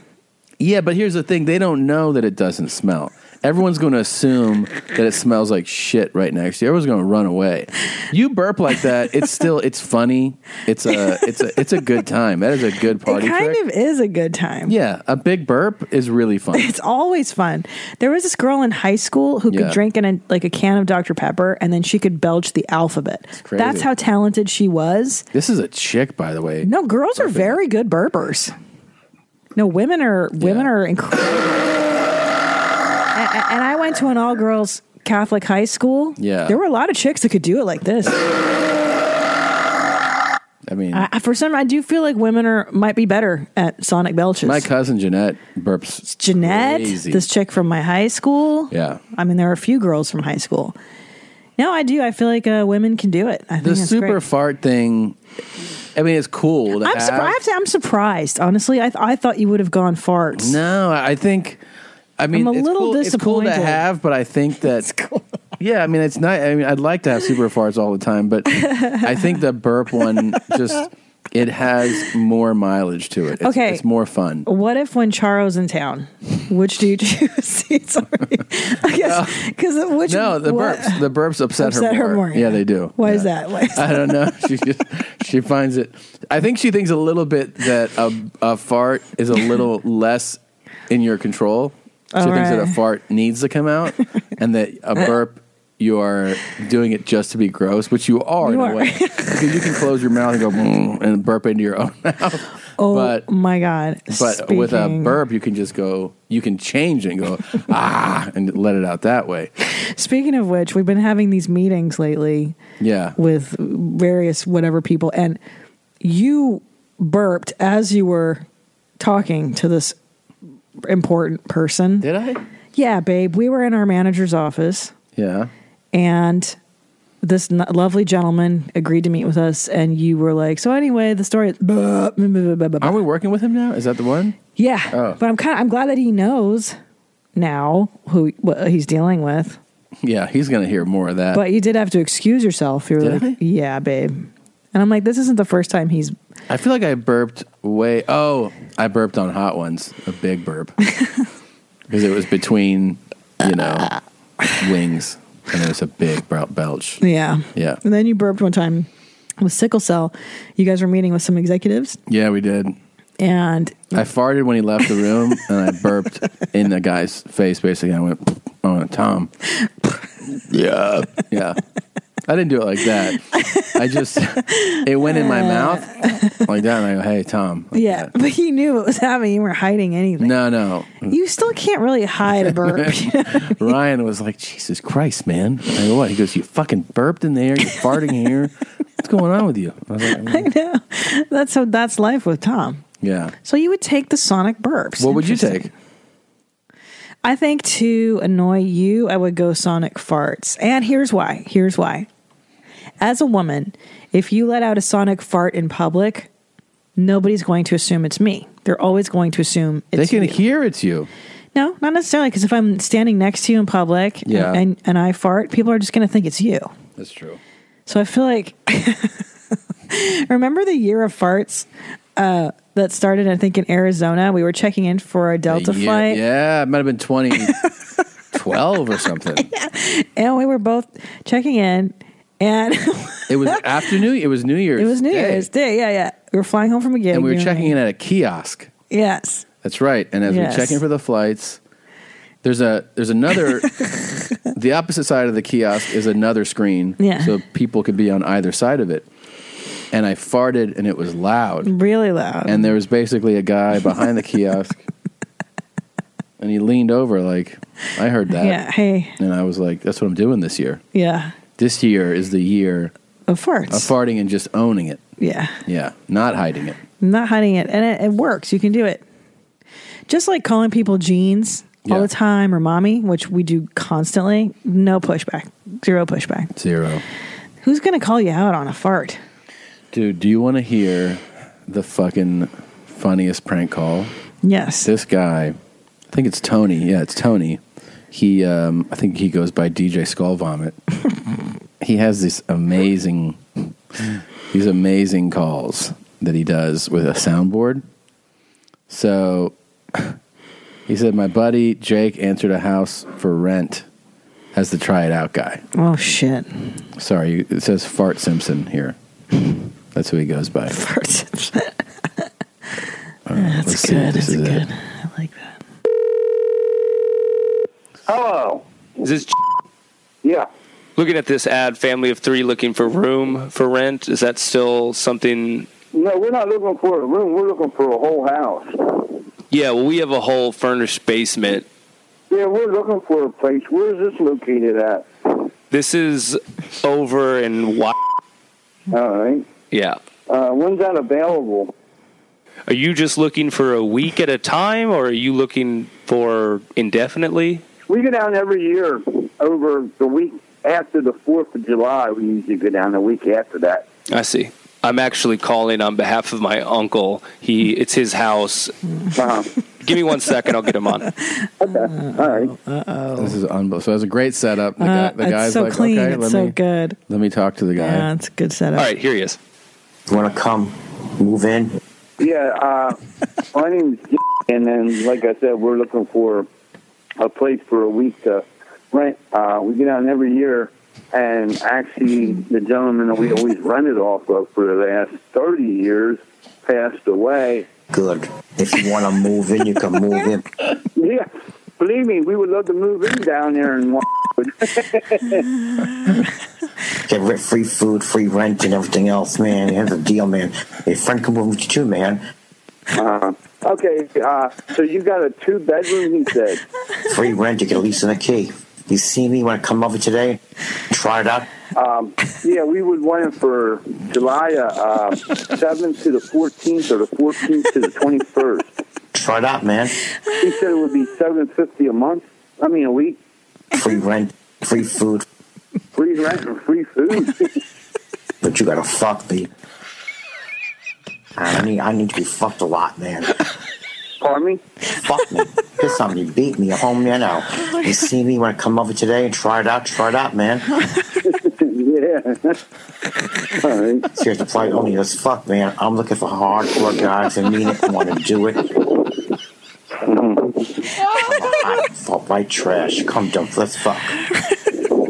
Yeah, but here's the thing they don't know that it doesn't smell. Everyone's going to assume that it smells like shit right next to you. Everyone's going to run away. You burp like that, it's still it's funny. It's a it's a it's a good time. That is a good party it kind trick. of is a good time. [laughs] yeah, a big burp is really fun. It's always fun. There was this girl in high school who Yeah. could drink in a, like a can of Dr. Pepper and then she could belch the alphabet. crazy. That's how talented she was. This is a chick, by the way. No, girls are very good burpers. No, women are women are incredible. and, and I went to an all girls Catholic high school. Yeah. there were a lot of chicks that could do it like this. I mean, I, I- for some, I do feel like women are might be better at sonic belches. My cousin Jeanette burps. Jeanette, crazy. this chick from my high school. Yeah. I mean, there are a few girls from high school. No, I do. I feel like uh, women can do it. I think The that's super great. fart thing. I mean, it's cool. To I'm have. surprised. I'm surprised. Honestly, I, th- I thought you would have gone farts. No, I think. I mean, I'm a it's little cool, It's cool disappointed. to have, but [laughs] I think that. Yeah, I mean, it's not. I mean, I'd like to have super farts all the time, [laughs] but I think the burp one just it has more mileage to it. It's, Okay. it's more fun. What if when Charo's in town, which do [laughs] you choose? Sorry, I [laughs] guess because which no, the what- burps. The burps upset, Upset her her more, more. yeah. Yeah, they do. Why is that? Why is I don't know. She just she finds it. I think she thinks a little bit that a a fart is [laughs] a little less in your control. She All thinks that a right. fart needs to come out, and that a burp you are doing it just to be gross, which you are You in are. a way. [laughs] Because you can close your mouth and go "Mm," and burp into your own mouth. Oh but my god! but with a Speaking- burp, you can just go. You can change and go [laughs] ah, and let it out that way. Speaking of which, we've been having these meetings lately. Yeah. with various whatever people and you burped as you were talking to this important person did i yeah babe we were in our manager's office Yeah. and this n- lovely gentleman agreed to meet with us and you were like so anyway the story Are we working with him now? Is that the one? yeah Oh. but i'm kind of i'm glad that he knows now who what he's dealing with Yeah, he's gonna hear more of that. but you did have to excuse yourself you were Uh, Did like yeah babe and i'm like this isn't the first time he's I feel like I burped way. Oh, I burped on hot ones. A big burp because it was between you know wings, and it was a big bel- belch. Yeah. Yeah, And then you burped one time with sickle cell. You guys were meeting with some executives, yeah, we did. and I farted when he left the room, and I burped in the guy's face. Basically, I went, I went, Tom. yeah, yeah. I didn't do it like that. I just it went in my mouth like that, and I go, "Hey, Tom." yeah, [laughs] but he knew what was happening. You weren't hiding anything. No, no. You still can't really hide a [laughs] burp. Ryan was like, Jesus Christ, man. I go, what? He goes, You fucking burped [laughs] in there. You're farting here. What's going on with you? I was like, I know. That's how that's life with Tom. Yeah. So you would take the sonic burps. What would you Interesting. take? I think to annoy you, I would go sonic farts. And here's why. Here's why. As a woman, if you let out a sonic fart in public, nobody's going to assume it's me. They're always going to assume it's They can you. hear it's you. No, not necessarily. Because if I'm standing next to you in public and- Yeah. and, and, I fart, people are just going to think it's you. That's true. So I feel like, [laughs] remember the year of farts uh, that started, I think, in Arizona? We were checking in for our Delta yeah, flight. Yeah, it might have been 2012 or something. And we were both checking in. [laughs] And It was after New It was New Year's. it was New Day, Year's Day. Yeah, yeah. We were flying home from a gig. And we you were and checking I. in at a kiosk. Yes. That's right. And as Yes. we check in for the flights, there's a [laughs] there's another the opposite side of the kiosk is another screen. Yeah. So people could be on either side of it. and I farted and it was loud. Really loud. And there was basically a guy behind [laughs] the kiosk and he leaned over like, I heard that. Yeah, hey. And I was like, that's what I'm doing this year. Yeah. This year is the year Of farts. of farting and just owning it. Yeah. Yeah, not hiding it. I'm not hiding it. And it, it works. You can do it. Just like calling people jeans all the time or mommy, which we do constantly, no pushback. Zero pushback. Zero. Who's going to call you out on a fart? Dude, do you want to hear the fucking funniest prank call? Yes. This guy, I think it's Tony. Yeah, it's Tony. He, um, I think he goes by DJ Skull Vomit. he has this amazing, these amazing calls that he does with a soundboard. So he said, My buddy Jake answered a house for rent as the try it out guy. Oh, shit. Sorry, you- it says Fart Simpson here. That's who he [laughs] goes by. Fart Simpson. [laughs] that's good. That's good. Hello. Is this? Yeah. Looking at this ad, family of three looking for room for rent. Is that still something? No, we're not looking for a room. We're looking for a whole house. Yeah. Well, we have a whole furnished basement. Yeah, we're looking for a place. Where is this located at? This is over in what? All right. Yeah. Uh, when's that available? Are you just looking for a week at a time, or are you looking for indefinitely? We go down every year over the week after the 4th of July. We usually go down the week after that. I see. I'm actually calling on behalf of my uncle. He, it's his house. Uh-huh. Give me one second. I'll get him on. All right. This is unbelievable. So it was a great setup. The, Uh, guy, the it's guy's so like, clean. okay, It's let so me good. let me talk to the guy. Yeah, it's a good setup. All right, here he is. You want to come move in? Yeah, uh, my name's Jim, and then, like I said, we're looking for a place for a week to rent. Uh, we go down every year, and actually, the gentleman that we always rented off of for the last 30 years passed away. Good. If you want to move in, you can move in. [laughs] Yeah, believe me, we would love to move in down there and. Get ri- free food, free rent, and everything else, man. Here's a deal, man. Your friend can move with you too, man. uh, [laughs] okay, uh, so you got a two bedroom, he said. Free rent, you can lease in a key. You see me? Want to come over today? Try it out. Um, yeah, we would want it for July uh, 7th to the 14th or the 14th to the 21st. Try it out, man. He said it would be seven fifty a month. I mean a week. Free rent, free food, Free rent and free food. but you gotta fuck me. I need, I need to be fucked a lot, [laughs] man. Pardon me? Fuck me. This somebody beat me at home, you know. You see me? Want to come over today and try it out? Try it out, man. yeah. All right. Here's the plight only as fuck, man. I'm looking for hardcore guys that mean it and want to do it. I fuck white trash. Come dump. Let's fuck.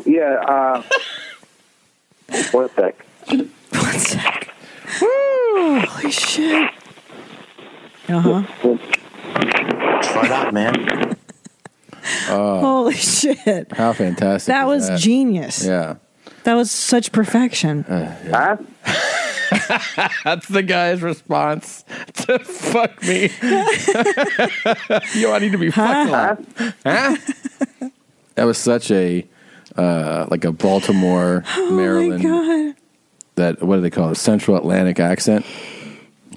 Yeah, uh one sec. One sec. Woo! Holy shit. Uh huh. Try it out, man. Uh. Holy [laughs] shit. How fantastic. That is was genius. Yeah. Uh, That was such perfection. [laughs] That's the guy's response to [laughs] fuck [laughs] me. Yo, I need to be fucked on. Huh? [laughs] That was such a uh, like a [gasps] Baltimore, Maryland Oh God. that what do they call it? Central Atlantic accent.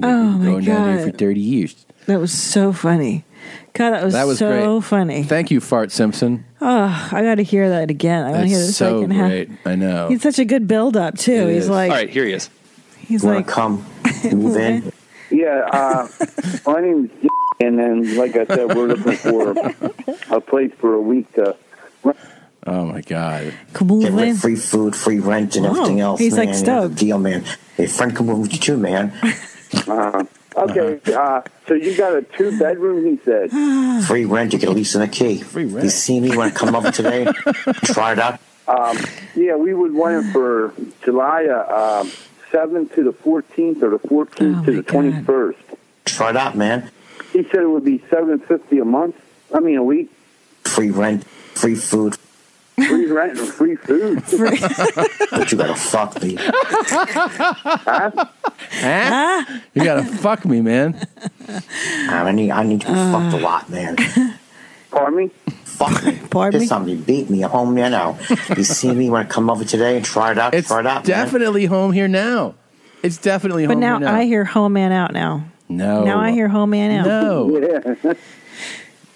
Oh my Going down here god. for thirty years. That was so funny. God, that was, that was so great. funny. Thank you, Fart Simpson. Oh, I got to hear that again. I want to That's hear the so second great. half. I know. He's such a good build up too. It he's is. like, [laughs] All right, here he is. he's You wanna like, come move in? [laughs] Yeah, uh my name's Jim, and then like I said, we're looking for a place for a week to Oh my god. Get ri- free food, free rent, and eh? Wow. everything else. He's, like, man. Here's the deal, man. Your friend can move with you [laughs] too, man. uh Okay, uh, so you got a two bedroom, he [sighs] said. Free rent, you can lease in a key. Free rent. You see me? Want to come [laughs] over today? Try it out. Um, yeah, we would want it for July uh, um, 7th to the 14th or the 14th to the 21st. Try it out, man. He said it would be 750 a month. I mean, a week. Free rent, free food, Free rent and free food. but you gotta fuck me. Huh? Ah. You [laughs] gotta fuck me, man. I need I need to be Uh, fucked a lot, man. [laughs] Pardon me? Fuck me. [laughs] Pardon Piss me? on me, beat me, home you know. You see me when I come over today and try it out, It's try it out. man. definitely home here now. It's definitely But home now, here now. I hear Home Man Out now. no. Now I hear Home Man Out. [laughs]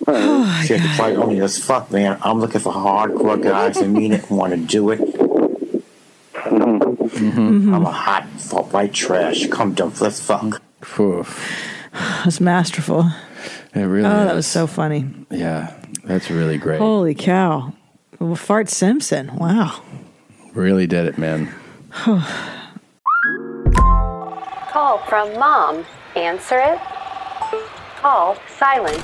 No. Oh, she had to play only as fuck, man. I'm looking for hardcore guys that mean it and want to do it. Mm-hmm. Mm-hmm. I'm a hot, fuck, white trash. Come to let's fuck. [sighs] That's masterful. It really oh, is. that was so funny. Yeah, that's really great. Holy cow. Well, Fart Simpson. Wow. Really did it, man. [sighs] Oh Call from mom. Answer it. Call silence.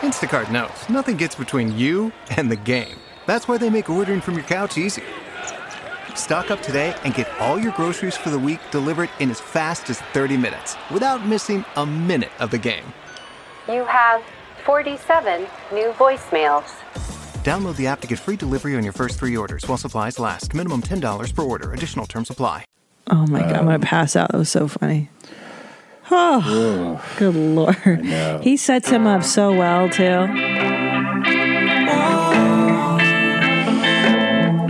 Instacart knows nothing gets between you and the game. That's why they make ordering from your couch easy. Stock up today and get all your groceries for the week delivered in as fast as 30 minutes without missing a minute of the game. You have 47 new voicemails. Download the app to get free delivery on your first three orders while supplies last. Minimum $10 per order. Additional term supply. Oh my God. I'm going to pass out. That was so funny. [sighs] Oh, good Lord. He sets him up so well, too.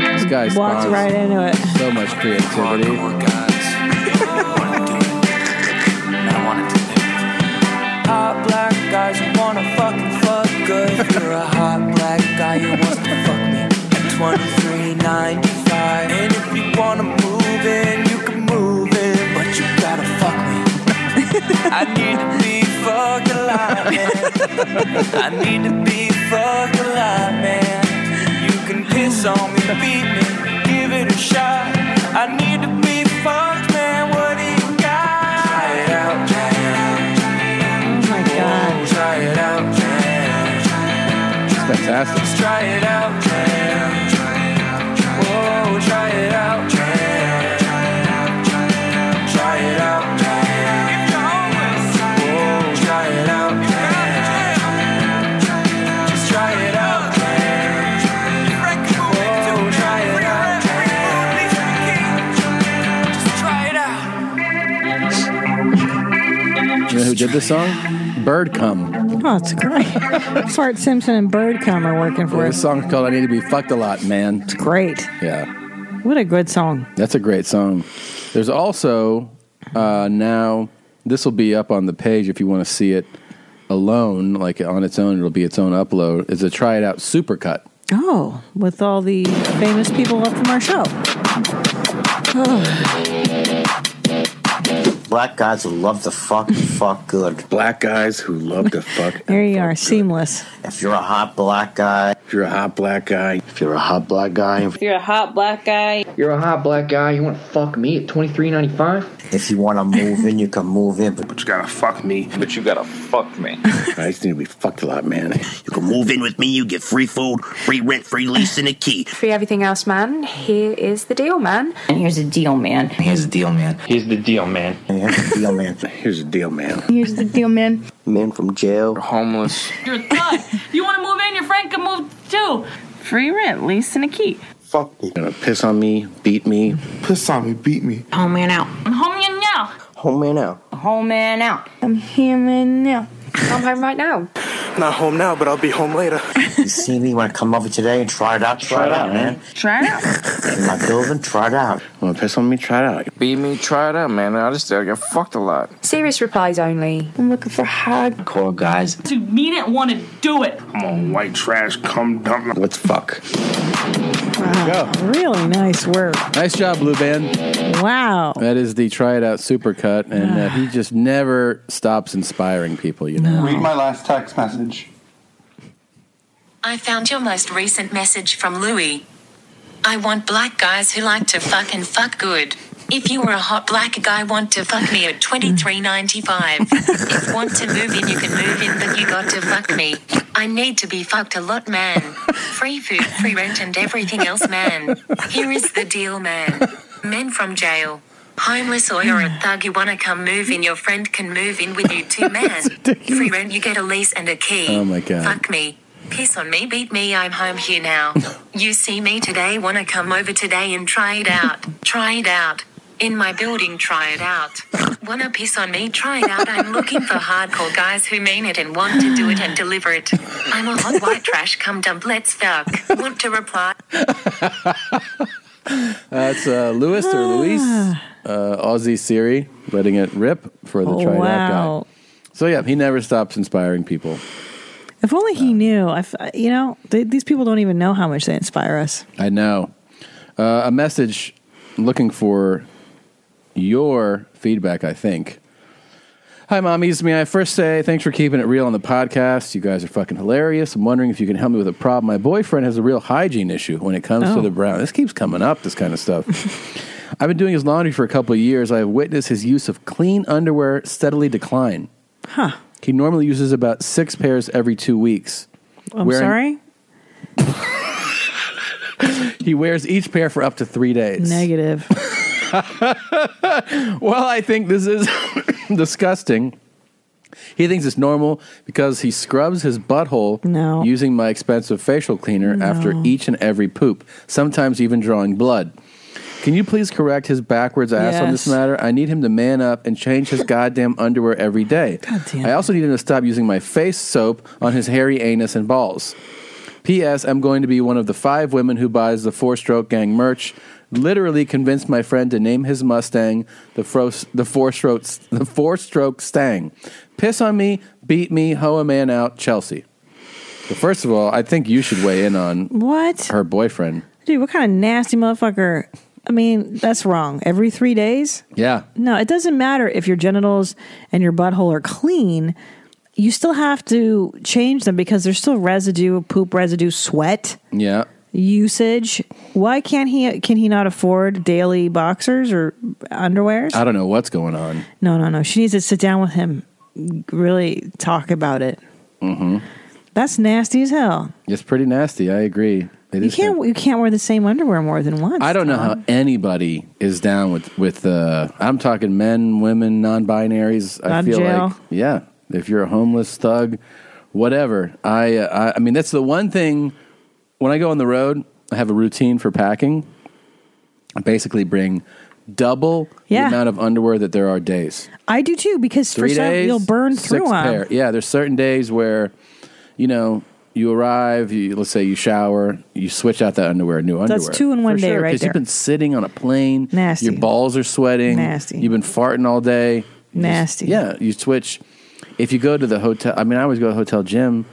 This guy Walks spawns right into it. So much creativity. Hot black guys who wanna fucking fuck good. If You're a hot black guy who wants to fuck me. At 23.95. And if you wanna move in, you can move in, but you gotta fuck me. I need to be fucked alive, man. I need to be fucked alive, man. You can piss on me, beat me, give it a shot. I need to be fucked, man. What do you got? Try it out, try it out. Oh my God. Try it out, It's fantastic. Let's try it out, Whoa, try it out, Try it out, Whoa, Oh. try it out, Just try it out, Whoa, try it out, Just try it out. You know who did this song? Bird Come. Oh, it's great. [laughs] Fart Simpson and Birdcom are working for This us. song's called I Need to Be Fucked a Lot, man. It's great. Yeah. What a good song. That's a great song. There's also uh, now this will be up on the page if you want to see it alone, like on its own. It'll be its own upload. It's a try it out supercut. Oh, with all the famous people up from our show. [sighs] Oh, Black guys who love to fuck and fuck good. Mm-hmm. Black guys who love to fuck. there you are, seamless. If you're a hot black guy. If you're a hot black guy. If you're a hot black guy. If you're a hot black guy, You're a hot black guy. You want to fuck me at twenty three ninety five? If you want to move in, you can move in, but, you gotta fuck me. But you gotta fuck me. [laughs] I just need to be fucked a lot, man. You can move in with me. You get free food, free rent, free lease, and a key. Free everything else, man. Here is the deal, man. And here's a deal, man. Here's the deal, man. Here's the deal, man. Here's the deal, man. [laughs] Here's the deal, man. Here's the deal, man. Men from jail, homeless. You're a thug. you want to move in, your friend can move too. Free rent, lease, and a key. Fuck me. Gonna piss on me, beat me. Piss on me, beat me. Home man out. Home in now. Home man out. Home man out. I'm human now. I'm home right now. Not home now, but I'll be home later. [laughs] you see me when I come over today and try it out. Try, it out, man. Try it out. In my building, try it out. Wanna piss on me? Try it out. Beat me? Try it out, man. I just I get fucked a lot. Serious replies only. I'm looking for hard. Cool guys. To mean it, want to do it. Come on, white trash, come dump me. Let's fuck. Wow. Really nice work. Nice job, Blue Band. Wow. Ah. That is the try it out supercut, and uh, he just never stops inspiring people. You know. Read my last text message. I found your most recent message from Louis. I want black guys who like to fuck and fuck good. If you were a hot black guy, want to fuck me at twenty three ninety five. If want to move in, you can move in, but you got to fuck me. I need to be fucked a lot, man. Free food, free rent, and everything else, man. Here is the deal, man. Men from jail. Homeless or you're a thug, you wanna come move in, your friend can move in with you too, man. Free rent, you get a lease and a key. Oh my God. Fuck me. Piss on me, beat me, I'm home [laughs] here now. You see me today, wanna come over today and try it out. Try it out. In my building, try [laughs] it out. Wanna piss on me, try it out. I'm looking for hardcore guys who mean it and want to do it and deliver it. I'm a hot white trash cum dump, let's fuck. Want to reply? That's uh, Lewis Ah. or Luis, uh, Aussie Siri, letting it rip for the Oh, try it wow. out guy. So yeah, he never stops inspiring people. If only he knew. I f you know, they, these people don't even know how much they inspire us. I know. Uh, a message looking for your feedback, I think. Hi, mommies. May I first say thanks for keeping it real on the podcast. You guys are fucking hilarious. I'm wondering if you can help me with a problem. My boyfriend has a real hygiene issue when it comes to Oh. the brown. This keeps coming up, this kind of stuff. I've been doing his laundry for a couple of years. I have witnessed his use of clean underwear steadily decline. Huh. He normally uses about six pairs every two weeks. I'm Wearing- sorry. He wears each pair for up to three days. Negative. [laughs] well, I think this is [coughs] disgusting. He thinks it's normal because he scrubs his butthole No. using my expensive facial cleaner after No. each and every poop, sometimes even drawing blood. Can you please correct his backwards ass on this Yes. matter? I need him to man up and change his goddamn underwear every day. I also need him to stop using my face soap on his hairy anus and balls. P.S. I'm going to be one of the five women who buys the Four Stroke Gang merch. Literally convinced my friend to name his Mustang the fro- the Four Stroke the Four Stroke Stang. Piss on me, beat me, hoe a man out, Chelsea. But first of all, I think you should weigh in on What? her boyfriend. Dude, what kind of nasty motherfucker? I mean, that's wrong. Every three days? Yeah, No, it doesn't matter if your genitals and your butthole are clean. You still have to change them because there's still residue, poop residue, sweat yeah. usage. Why can't he? Can he not afford daily boxers or underwears? I don't know what's going on. No, no, no. She needs to sit down with him, really talk about it. hmm That's nasty as hell. It's pretty nasty. I agree. It You is can't. You can't wear the same underwear more than once. I don't know Tom. how anybody is down with with uh, I'm talking men, women, non-binaries. I Not feel jail. like yeah, if you're a homeless thug, whatever. I, uh, I I mean that's the one thing when I go on the road, I have a routine for packing. I basically bring double Yeah. the amount of underwear that there are days. I do too because for Three some days, you'll burn through six them. pair. Yeah, there's certain days where you know you arrive. You, let's say you shower, you switch out that underwear, new underwear. That's two in one For day sure, right you've there. been sitting on a plane. Nasty. Your balls are sweating. Nasty. You've been farting all day. You just- Nasty. yeah, you switch. If you go to the hotel, I mean, I always go to the hotel gym.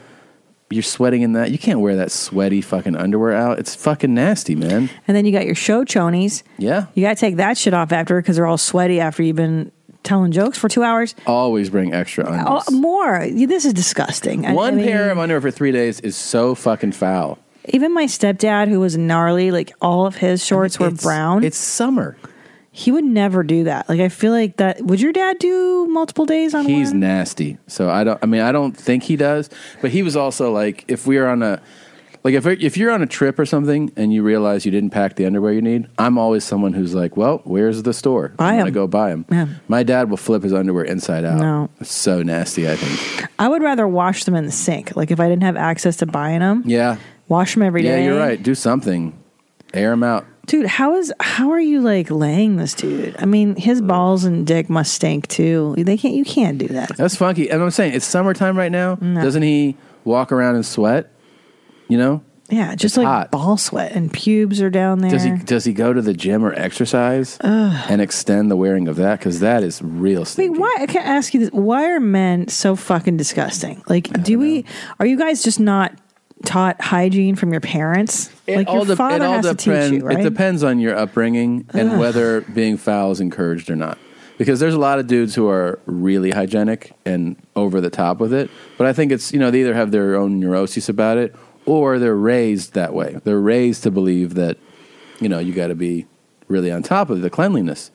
You're sweating in that. You can't wear that sweaty fucking underwear out. It's fucking nasty, man. And then you got your show chonies. Yeah. You got to take that shit off after because they're all sweaty after you've been telling jokes for two hours. Always bring extra underwear. Oh, more. You- This is disgusting. I- I One mean, pair of underwear for three days is so fucking foul. Even my stepdad, who was gnarly, like all of his shorts were brown. It's summer. He would never do that. Like I feel like that. Would your dad do multiple days on He's one? nasty. So I don't. I mean, I don't think he does. But he was also like, if we are on a, like if if you're on a trip or something and you realize you didn't pack the underwear you need, I'm always someone who's like, well, where's the store? Buy I'm gonna 'em. go buy them. Yeah. My dad will flip his underwear inside out. No. It's so nasty. I think. I would rather wash them in the sink. Like if I didn't have access to buying them, Yeah. wash them every day. yeah, you're right. Do something. Air them out. Dude, how is how are you like laying this dude? I mean, his balls and dick must stink too. They can't you can't do that. That's funky. And I'm saying it's summertime right now. No. Doesn't he walk around and sweat? You know. Yeah, just like ball sweat and pubes are down there. Does he does he go to the gym or exercise Ugh. and extend the wearing of that? Because that is real. St- Wait, why? I can't ask you this. Why are men so fucking disgusting? Like, do we? Are you guys just not taught hygiene from your parents? like, your dep- father has to depend- teach you, right? It depends on your upbringing and Ugh. whether being foul is encouraged or not. Because there's a lot of dudes who are really hygienic and over the top with it. But I think it's you know they either have their own neuroses about it or they're raised that way. They're raised to believe that you know you got to be really on top of the cleanliness.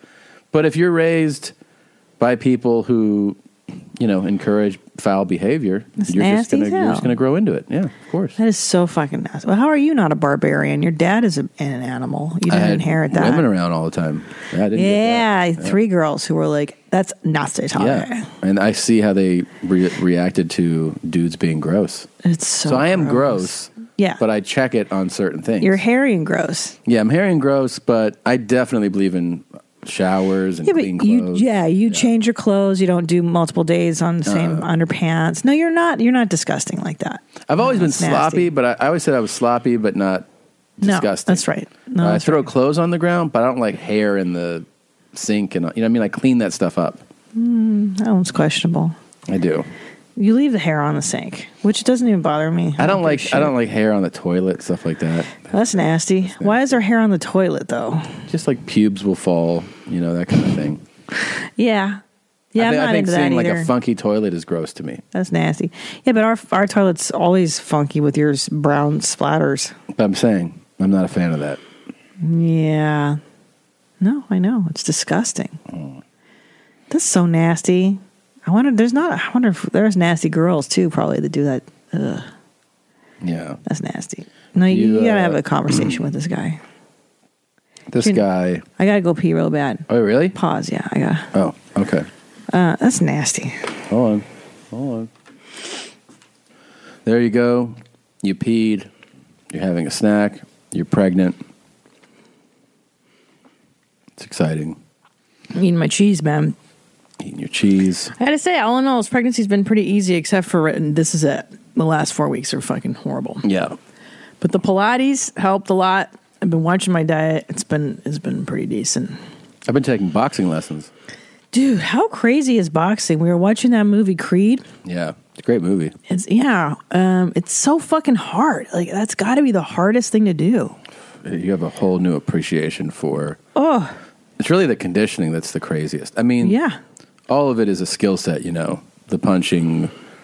But if you're raised by people who you know, encourage foul behavior, That's you're just nasty gonna as you're just hell. gonna grow into it. Yeah, of course. That is so fucking nasty. Well, how are you not a barbarian? Your dad is a, an animal. You I didn't had inherit that. Women around all the time. Yeah, I didn't get yeah, that. Yeah. three girls who were like, "That's Nazi talk." Yeah, and I see how they re- reacted to dudes being gross. It's so. I am gross. Yeah. but I check it on certain things. You're hairy and gross. yeah, I'm hairy and gross, but I definitely believe in showers and Yeah, clean but you, clothes. yeah, you change your clothes. You don't do multiple days on the same Uh. underpants. No, you're not. You're not disgusting like that. I've always been That's nasty. sloppy, but I, I always said I was sloppy, but not No, disgusting. that's right. No, Uh, I that's throw clothes on the ground, but I don't like hair in the sink, and you know what I mean. I clean that stuff up. Mm, that one's questionable. I do. You leave the hair on the sink, which doesn't even bother me. I don't give a like I shit. don't like hair on the toilet, stuff like that. That's nasty. Why is there hair on the toilet though? Just like pubes will fall, you know that kind of thing. Yeah, yeah, I, I'm thi- not I think into that seeing either. like a funky toilet is gross to me. That's nasty. Yeah, but our our toilet's always funky with yours brown splatters. But I'm saying I'm not a fan of that. Yeah. No, I know. It's disgusting. That's so nasty. I wonder there's not I wonder if there's nasty girls too probably that do that. Ugh. Yeah, that's nasty. No, you, You, you gotta uh, have a conversation with this guy. This Can- guy. I gotta go pee real bad. Oh, really? Pause. Yeah, I gotta. Oh, okay. Uh, that's nasty. Hold on. Hold on. There you go. You peed. You're having a snack. You're pregnant. It's exciting. I'm eating my cheese, man. Eating your cheese. I gotta say, all in all, this pregnancy's been pretty easy, except for written. This is it. The last four weeks are fucking horrible. Yeah. But the Pilates helped a lot. I've been watching my diet. It's been it's been pretty decent. I've been taking boxing lessons. Dude, how crazy is boxing? We were watching that movie Creed. Yeah. It's a great movie. It's yeah, um, it's so fucking hard. Like that's got to be the hardest thing to do. You have a whole new appreciation for Oh, It's really the conditioning that's the craziest. I mean, yeah. All of it is a skill set, you know. The punching,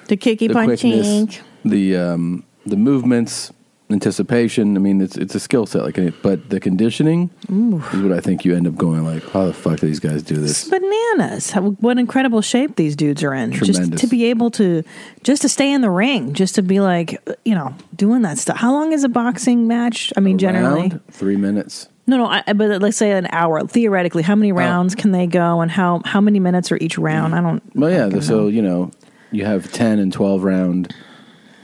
the kicky the punching. quickness, the um, the movements, anticipation. I mean, it's it's a skill set. Like, but the conditioning Ooh. is what I think you end up going like, how the fuck do these guys do It's this? bananas. How, what incredible shape these dudes are in. Tremendous. Just to be able to, just to stay in the ring, just to be like, you know, doing that stuff. How long is a boxing match? I mean, generally. Round three minutes. No, no, I, I- but let's say an hour. Theoretically, how Oh. many rounds can they go, and how how many minutes are each round? Mm. I don't. Well, yeah. so you know, you have ten and twelve round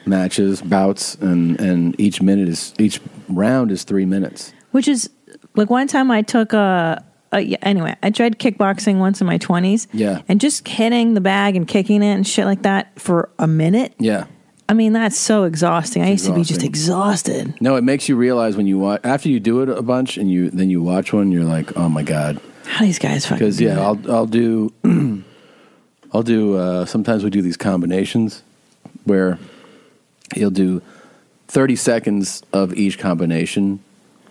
matches, bouts, and and each minute is each round is three minutes. Which is like one time I took a. a yeah, anyway, I tried kickboxing once in my twenties. Yeah. and just hitting the bag and kicking it and shit like that for a minute. Yeah. I mean, that's so exhausting. I used to be just exhausting. exhausted. No, it makes you realize when you watch after you do it a bunch and you then you watch one, you're like, oh my god, how these guys fucking Because do yeah, that? I'll I'll do [clears throat] I'll do. Uh, sometimes we do these combinations where you'll do thirty seconds of each combination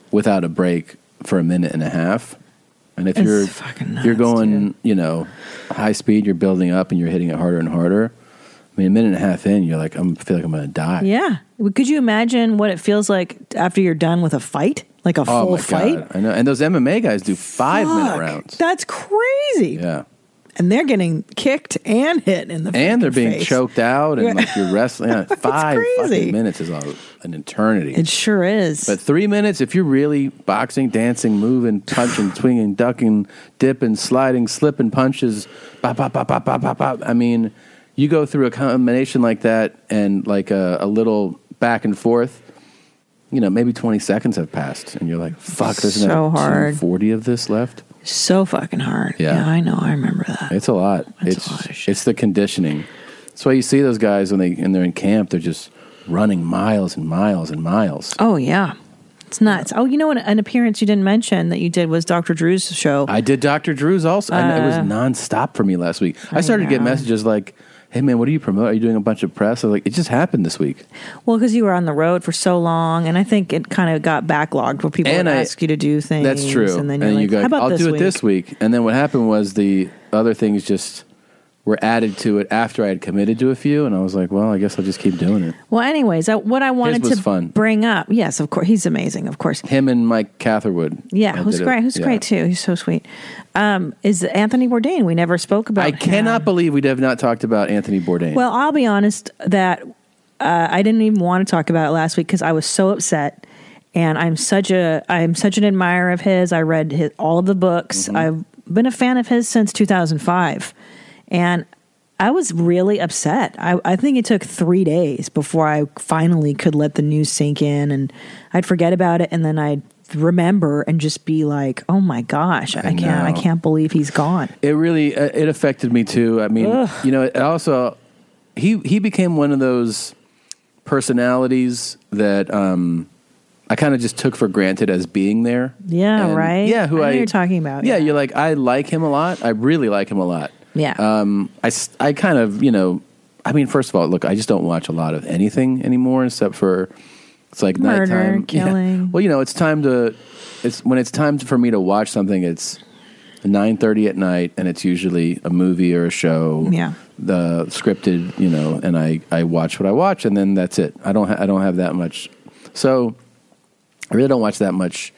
without a break for a minute and a half. And if It's you're fucking you're going, you know, high speed, you're building up and you're hitting it harder and harder. I mean, a minute and a half in, you're like, I'm I feel like I'm gonna die. Yeah. Could you imagine what it feels like after you're done with a fight? Like a oh full my fight? god, I know. And those MMA guys do five minute Fuck. rounds. That's crazy. Yeah. And they're getting kicked and hit in the and they're fucking being face. choked out and Yeah. like [laughs] you're wrestling yeah, five crazy. fucking minutes is a, an eternity it sure is but three minutes if you're really boxing dancing [sighs] moving punching swinging ducking dipping sliding slipping punches bop, bop, bop, bop, bop, bop, bop. i mean you go through a combination like that and like a, a little back and forth you know maybe 20 seconds have passed and you're like fuck there's So hard. 40 of this left So fucking hard. Yeah. I know. I remember that. It's a lot. it's it's the conditioning. That's why you see those guys when they and they're in camp, they're just running miles and miles and miles. Oh, yeah. It's nuts. Oh, you know what? An appearance you didn't mention that you did was Dr. Drew's show. I did Dr. Drew's also, and it was Uh, nonstop for me last week. I I started to get know. messages like, "Hey man, what do you promote? Are you doing a bunch of press?" I was like, "It just happened this week." Well, because you were on the road for so long, and I think it kind of got backlogged where people And would I- ask you to do things. That's true. And then you're like, you go, how about "I'll this do it week? this week." And then what happened was the other things just were added to it after I had committed to a few, and I was like, "Well, I guess I'll just keep doing it." Well, anyways, I, what I wanted was to fun. bring up, yes, of course, he's amazing, of course. Him and Mike Catherwood. Yeah, I who's did it. great? Who's Yeah. great too? He's so sweet. um, is Anthony Bourdain. We never spoke about. I cannot believe we have not talked about Anthony Bourdain. Well, I'll be honest that uh, I didn't even want to talk about it last week because I was so upset, and I'm such a I'm such an admirer of his. I read his, all of the books. Mm-hmm. I've been a fan of his since 2005, and I was really upset. I, I think it took three days before I finally could let the news sink in, and I'd forget about it, and then I'd remember and just be like, "Oh my gosh, I, can't, I know. can't believe he's gone." It really uh, it affected me too. I mean, Ugh. you know, it also he he became one of those personalities that um I kind of just took for granted as being there. Yeah, And- right. Yeah, who I know I, you're talking about. Yeah, you're like I like him a lot. I really like him a lot. Yeah. Um, I s- I kind of you know, I mean, first of all, look, I just don't watch a lot of anything anymore except for it's like Murder, nighttime [laughs] Yeah. killing. Well, you know, it's time to it's when it's time for me to watch something. It's nine thirty at night, and it's usually a movie or a show. Yeah. the scripted, you know, and I I watch what I watch, and then that's it. I don't ha- I don't have that much. So I really don't watch that much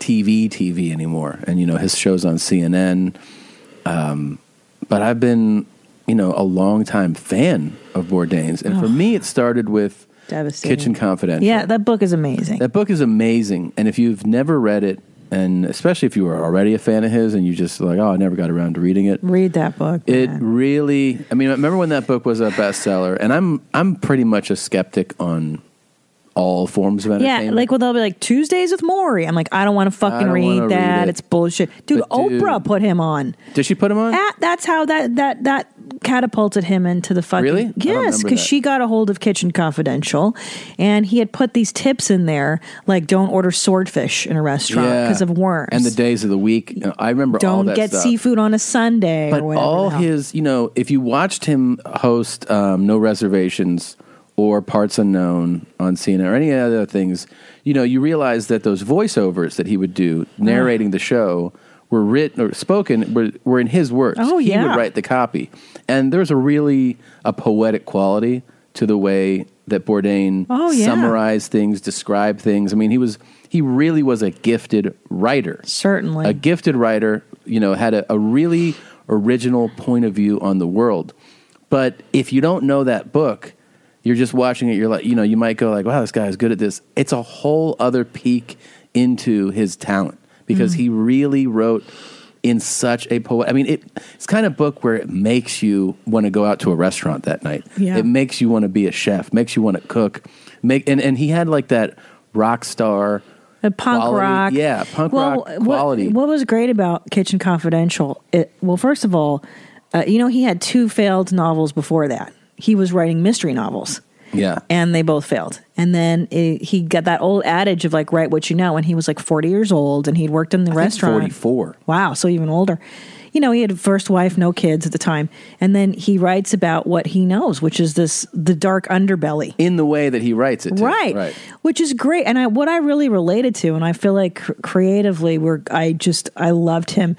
TV TV anymore. And you know his shows on CNN. Um, but I've been you know a long time fan of Bourdain's, and for Oh. me it started with Devastating. Kitchen Confidential. Yeah, that book is amazing. That book is amazing, and if you've never read it, and especially if you were already a fan of his, and you just like, oh, I never got around to reading it. Read that book. It really. I mean, I remember when that book was a bestseller, and I'm I'm pretty much a skeptic on all forms of entertainment. Yeah, like well, they'll be like Tuesdays with Maury. I'm like, I don't want to fucking don't read wanna that. read it. It's bullshit, dude. But dude- Oprah put him on. Did she put him on? That, that's how that that that catapulted him into the fucking Really? I don't yes, remember because that. she got a hold of Kitchen Confidential, and he had put these tips in there like don't order swordfish in a restaurant Yeah. because of worms, and the days of the week. You know, I remember all don't that get stuff. seafood on a Sunday But or whatever. all the hell. his, you know, if you watched him host um, No Reservations or Parts Unknown on CNN or any other things, you know, you realize that those voiceovers that he would do narrating the show were written or spoken were, were in his words. Oh, he yeah. would write the copy, and there's a really a poetic quality to the way that Bourdain Oh, yeah. summarized things, described things. I mean, he was he really was a gifted writer. Certainly. A gifted writer, you know, had a, a really original point of view on the world. But if you don't know that book, you're just watching it, you're like, you know, you might go like, wow, this guy is good at this. It's a whole other peek into his talent because Mm. he really wrote in such a poet. I mean, it, it's kind of book where it makes you want to go out to a restaurant that night. Yeah. It makes you want to be a chef, makes you want to cook. Make and, and he had like that rock star A punk quality- rock. Yeah, punk well, rock quality. What, what was great about Kitchen Confidential? It, well, first of all, uh, you know he had two failed novels before that. He was writing mystery novels, yeah. and they both failed. And then it, he got that old adage of like write what you know. And he was like forty years old, and he'd worked in the restaurant. 44. Wow, so even older. You know, he had a first wife, no kids at the time, and then he writes about what he knows, which is this the dark underbelly in the way that he writes it. too. Right. Right. which is great and i what i really related to and i feel like cr- creatively we're i just i loved him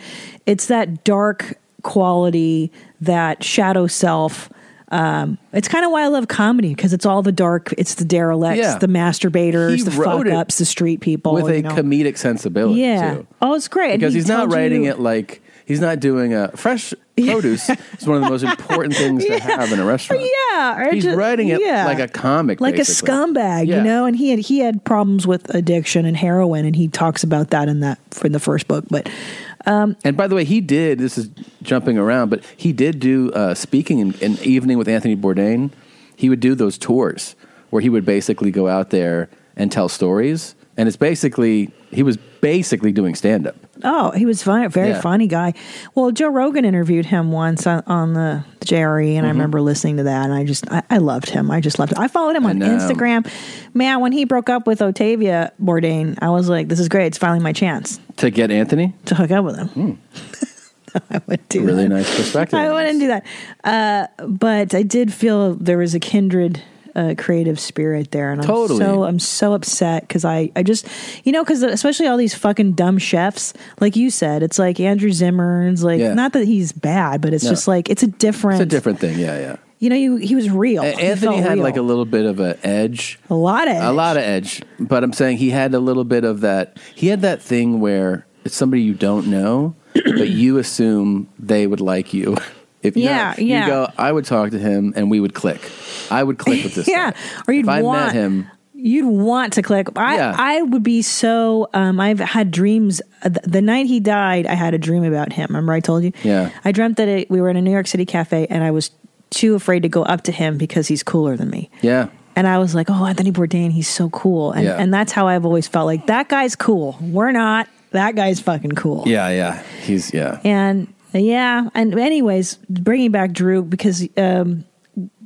it's that dark quality that shadow self um, it's kind of why I love comedy because it's all the dark, it's the derelicts, Yeah. the masturbators, He the wrote fuck it ups, the street people. With a you know? comedic sensibility yeah. too. Oh, it's great And Because he he's not told writing you- it like he's not doing [laughs] a fresh produce is one of the most important things to have in a restaurant. Yeah, or He's ju- writing it yeah. like a comic, like basically. a scumbag, Yeah. you know. And he had he had problems with addiction and heroin, and he talks about that in that in the first book. But um, And by the way, he did. This is jumping around, but he did do uh, speaking in an evening with Anthony Bourdain. He would do those tours where he would basically go out there and tell stories, and it's basically he was basically doing stand up. Oh, he was fun, very Yeah. funny guy. Well, Joe Rogan interviewed him once on, on the JRE, and I Mhm. remember listening to that, and I just I, I loved him. I just loved him. I followed him I on know. Instagram. Man, when he broke up with Otavia Bourdain, I was like, "This is great. It's finally my chance To get Anthony, to hook up with him." [laughs] Hmm. I would do really that. nice perspective. I wouldn't do that, uh, but I did feel there was a kindred. Uh, creative spirit there, and I'm Totally. so I'm so upset because I I just you know because especially all these fucking dumb chefs like you said it's like Andrew Zimmern's like Yeah. not that he's bad but it's No. just like it's a different It's a different thing. Yeah, yeah. you know you he was real A- He Anthony felt had real. like a little bit of an edge. a lot of A lot of edge. [clears throat] But I'm saying he had a little bit of that. He had that thing where it's somebody you don't know, but you assume they would like you. [laughs] If you- Yeah, you yeah. go, I would talk to him and we would click. I would click with [laughs] this. yeah, guy. or you'd if I want met him, You'd want to click. I Yeah. I would be so. Um, I've had dreams. uh, th- The night he died, I had a dream about him. Remember, I told you. yeah. I dreamt that it, we were in a New York City cafe, and I was too afraid to go up to him because he's cooler than me. Yeah. And I was like, "Oh, Anthony Bourdain, he's so cool." And Yeah. and that's how I've always felt. Like that guy's cool. We're not. That guy's fucking cool. Yeah, yeah. He's yeah. And yeah, and anyways, bringing back Drew because um,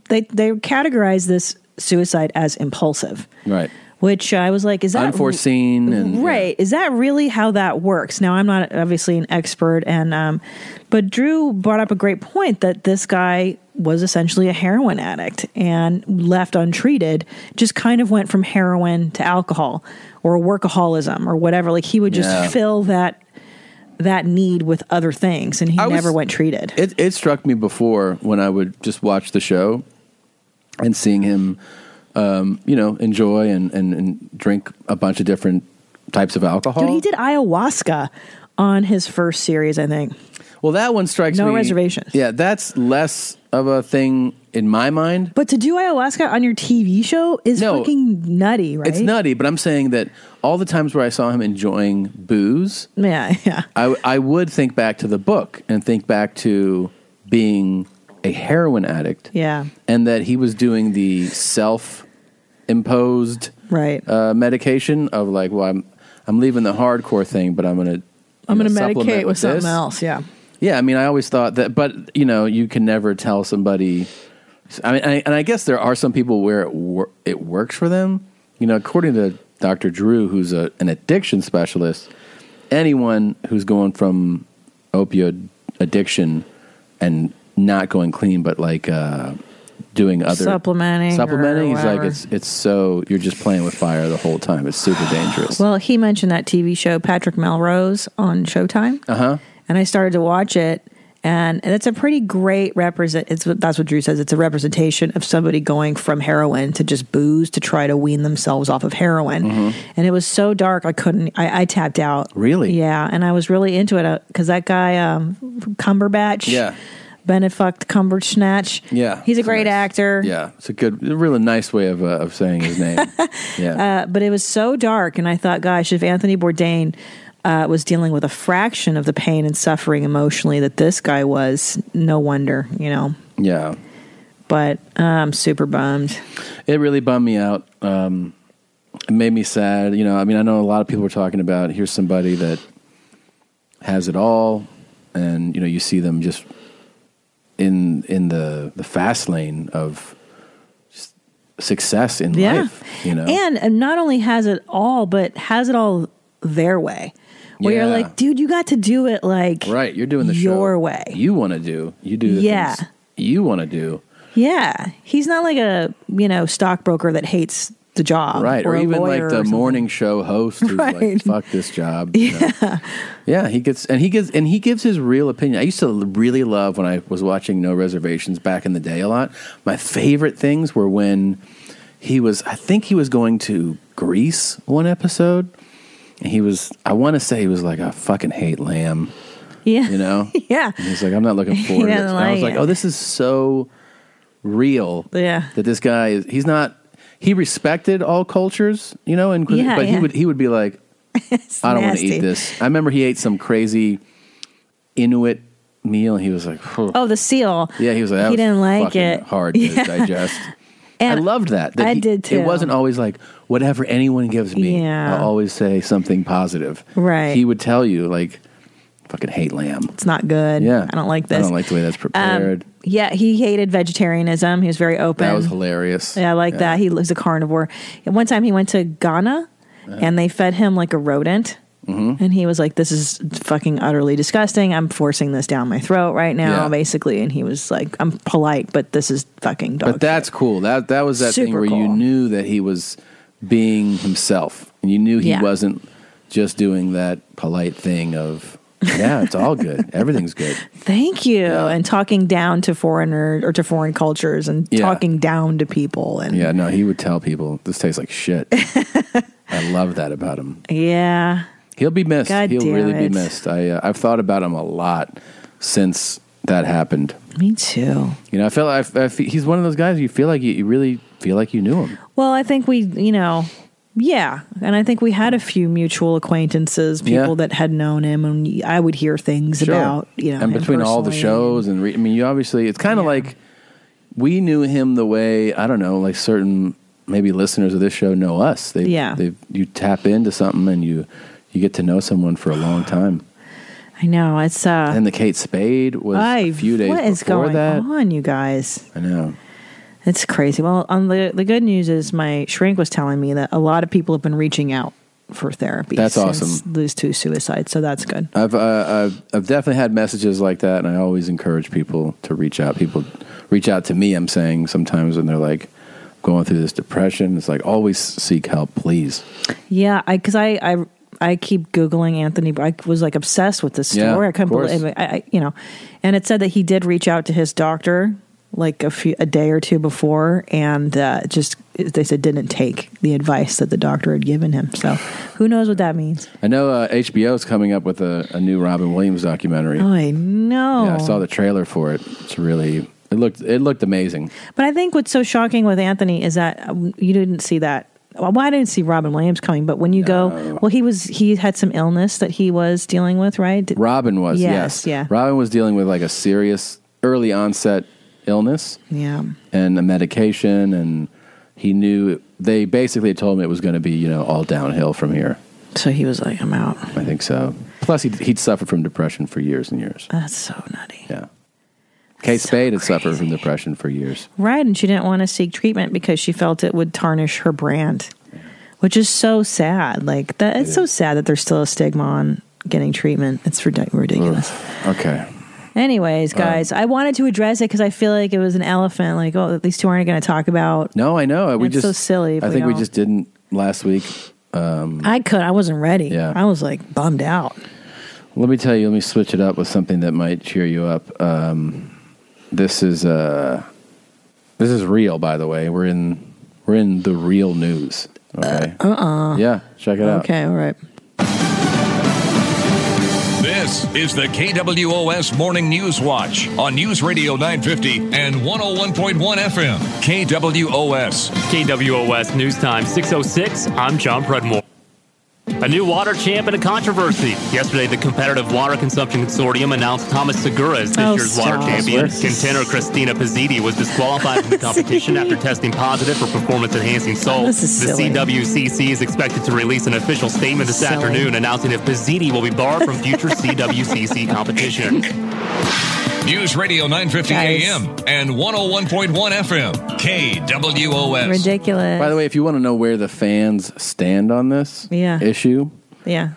they they categorize this suicide as impulsive, Right. which I was like, is that Unforeseen and right? Is that really how that works? Now I'm not obviously an expert, and um, but Drew brought up a great point that this guy was essentially a heroin addict and left untreated, just kind of went from heroin to alcohol or workaholism or whatever. Like he would just Yeah. fill that that need with other things, and he I was- never went treated. It it struck me before when I would just watch the show and seeing him um, you know, enjoy and, and, and drink a bunch of different types of alcohol. Dude, he did ayahuasca on his first series, I think. Well, that one strikes No me- reservations. Yeah, that's less of a thing in my mind. But to do ayahuasca on your TV show is No. fucking nutty, right? It's nutty, but I'm saying that all the times where I saw him enjoying booze, Yeah, [laughs] yeah. I, I would think back to the book and think back to being a heroin addict Yeah. and that he was doing the self imposed Right. uh, medication of like, well, I'm, I'm leaving the hardcore thing, but I'm going to. I'm going to supplement medicate with with something this. else. Yeah. Yeah, I mean, I always thought that, but you know, you can never tell somebody. I mean, I, and I guess there are some people where it, wor- it works for them. You know, according to Dr. Drew, who's a, an addiction specialist, anyone who's going from opioid addiction and not going clean, but like uh, doing other Supplementing or supplementing, he's like whatever. it's it's so you're just playing with fire the whole time. It's [gasps] super dangerous. Well, he mentioned that TV show Patrick Melrose on Showtime, uh huh. and I started to watch it, and that's a pretty great represent. It's what that's what Drew says. It's a representation of somebody going from heroin to just booze to try to wean themselves off of heroin, and it was so dark I couldn't. I, I tapped out. Mm-hmm. Really? Yeah, and I was really into it because that guy um, Cumberbatch, Yeah. Benefucked Cumberbatch, Yeah, he's a great actor. Yeah, it's a good, a really nice way of uh, of saying [laughs] his name. yeah, Uh, but it was so dark, and I thought, gosh, if Anthony Bourdain uh, was dealing with a fraction of the pain and suffering emotionally that this guy was, no wonder, you know. yeah. But uh, I'm super bummed. It really bummed me out. Um, it made me sad. You know, I mean, I know a lot of people were talking about here's somebody that has it all, and you know, you see them just in in the the fast lane of s- success in Yeah. life. You know, And, and not only has it all, but has it all their way. Where you're Yeah. like, dude, you got to do it like right? You're doing the your show way. You want to do. You do. The Yeah. things you want to do. Yeah. He's not like a, you know, stockbroker that hates the job. right Or, or, a even like lawyer or the something. morning show host who's Right. like fuck this job you [laughs] know? yeah he gets and he gives and he gives his real opinion i used to really love when i was watching no reservations back in the day a lot my favorite things were when he was i think he was going to greece one episode and he was i want to say he was like i fucking hate lamb Yeah. [laughs] you know yeah. and he's like i'm not looking He forward to doesn't this and i was like like it. oh this is so real Yeah. [laughs] that this guy is he's not he respected all cultures you know and Yeah, but yeah. he would he would be like i don't want to nasty. eat this i remember he ate some crazy inuit meal and he was like "Phew." Oh, the seal. yeah he was like that he was didn't like fucking it. hard [laughs] to Yeah. digest And i loved that, that I he- did too. it wasn't always like whatever anyone gives me Uh, Yeah. i'll always say something positive Right. he would tell you like fucking hate lamb It's not good. yeah I don't like this. i don't like the way that's prepared Um, yeah, he hated vegetarianism. He was very open. that was hilarious Yeah, I like that. He was a carnivore. And one time he went to Ghana Uh-huh. and they fed him like a rodent. Mhm. And he was like, This is fucking utterly disgusting. I'm forcing this down my throat right now, Yeah. basically. And he was like, I'm polite, but this is fucking dog. But that's cool. That that was that thing Super where you cool. knew that he was being himself, and you knew he Yeah. wasn't just doing that polite thing of yeah, it's all good, [laughs] everything's good. Thank you. And talking down to foreigner or to foreign cultures and Yeah. talking down to people. And Yeah, no, he would tell people this tastes like shit. I love that about him. Yeah. He'll be missed. God He'll damn really it. be missed. I uh, I've thought about him a lot since that happened. Me too. You know, I feel I, I fe- he's one of those guys you feel like you, you really feel like you knew him. Well, I think we, you know, yeah, and I think we had a few mutual acquaintances, people Yeah. that had known him, and I would hear things about, you know, him and between all the personally. shows and re- I mean, you obviously it's kind of like we knew him the way I don't know, like certain maybe listeners of this show know us. They, Yeah. they you tap into something and you you get to know someone for a long time. I know it's uh, and the Kate Spade was a I've- few days What is before going that. on, you guys? I know. It's crazy. Well, on the the good news is my shrink was telling me that a lot of people have been reaching out for therapy. That's since awesome. Those two suicides, so that's good. I've, uh, I've I've definitely had messages like that, and I always encourage people to reach out. People reach out to me. I'm saying sometimes when they're like going through this depression, it's like always seek help, please. Yeah, I because I I I keep googling Anthony. I was like obsessed with this story. Yeah, I couldn't of course. believe I, I you know, and it said that he did reach out to his doctor like a few a day or two before, and uh, just they said didn't take the advice that the doctor had given him. So who knows what that means? I know uh, HBO is coming up with a, a new Robin Williams documentary. Oh, I know. Yeah, I saw the trailer for it. It's really it looked it looked amazing. But I think what's so shocking with Anthony is that um, you didn't see that. Well, I didn't see Robin Williams coming, but when you go, well, he was he had some illness that he was dealing with, right? Did- Robin was yes, Yes, yeah. Robin was dealing with like a serious early onset illness. Yeah. and a medication and he knew they basically told him it was going to be you know all downhill from here so he was like i'm out i think so plus he'd, he'd suffered from depression for years and years That's so nutty. yeah kate spade had suffered from depression for years Right, and she didn't want to seek treatment because she felt it would tarnish her brand, which is so sad. Like that, it's so sad that there's still a stigma on getting treatment. It's ridic- ridiculous. okay Anyways, Um, guys, I wanted to address it because I feel like it was an elephant. Like, oh, these two aren't going to talk about. no i know we It's just so silly if i we think we don't. just didn't last week um I could. I wasn't ready. Yeah. I was like bummed out. Let me tell you, let me switch it up with something that might cheer you up. Um, this is uh, this is real, by the way. We're in we're in the real news. Okay. Uh uh Yeah, check it out. Okay. All right. This is the KWOS Morning News Watch on News Radio 950 and 101.1 FM. KWOS. KWOS News Time 606. I'm John Predmore. A new water champ and a controversy. Yesterday, the Competitive Water Consumption Consortium announced Thomas Segura as this Oh, year's water stop. champion. Swear. Contender Christina Pizzitti was disqualified [laughs] from the competition after testing positive for performance-enhancing salts. This is the silly. CWCC is expected to release an official statement this Silly. afternoon announcing if Pizzitti will be barred from [laughs] future CWCC competition. News Radio 950 AM and 101.1 FM. KWOS. Ridiculous. By the way, if you want to know where the fans stand on this Yeah. issue, Yeah.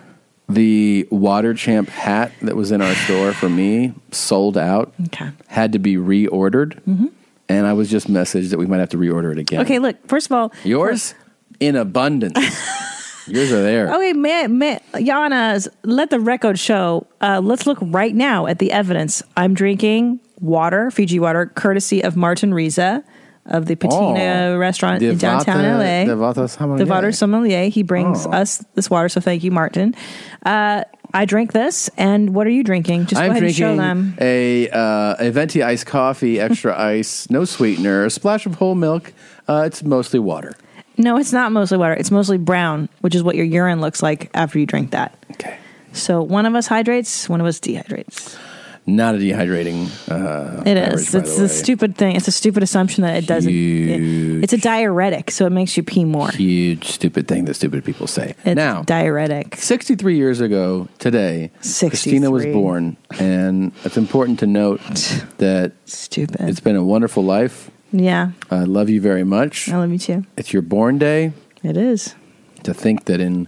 the Water Champ hat that was in our store for me sold out. Okay. Had to be reordered, and I was just messaged that we might have to reorder it again. Mm-hmm. Okay. Look. First of all, Yours [laughs] in abundance. Yours are there. Okay, man, man, Yana, let the record show. Uh, let's look right now at the evidence. I'm drinking water, Fiji water, courtesy of Martin Riza of the Patina Oh. restaurant in Devata- downtown LA. Devata sommelier. The water sommelier. He brings Oh. us this water, so thank you, Martin. Uh, I drink this, and what are you drinking? Just I'm go ahead drinking and show them. a uh, a venti iced coffee, [laughs] extra ice, no sweetener, a splash of whole milk. Uh, it's mostly water. No, it's not mostly water. It's mostly brown, which is what your urine looks like after you drink that. Okay. So one of us hydrates, one of us dehydrates. Not a dehydrating. Uh, It beverage, is. by It's the a way. stupid thing. It's a stupid assumption that it doesn't. it- it's a diuretic, so it makes you pee more. huge stupid thing that stupid people say. It's now, diuretic. 63 years ago today, Christina was 63. born, and it's important [laughs] to note that stupid. It's been a wonderful life. Yeah, I love you very much. I love you too. It's your born day. It is. To think that in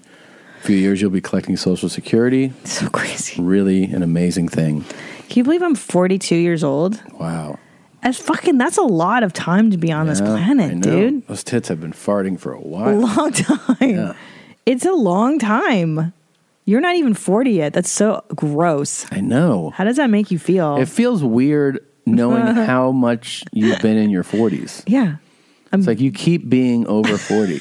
a few years you'll be collecting Social Security. so crazy. Really an amazing thing. Can you believe I'm 42 years old? Wow. That's fucking. That's a lot of time to be on this Yeah, I planet, know. dude. Those tits have been farting for a A while. long [laughs] time. It's a long time. You're not even 40 yet. That's so gross. I know. How does that make you feel? It feels weird [laughs] knowing how much you've been in your 40s. yeah. [laughs] it's like you keep being over 40.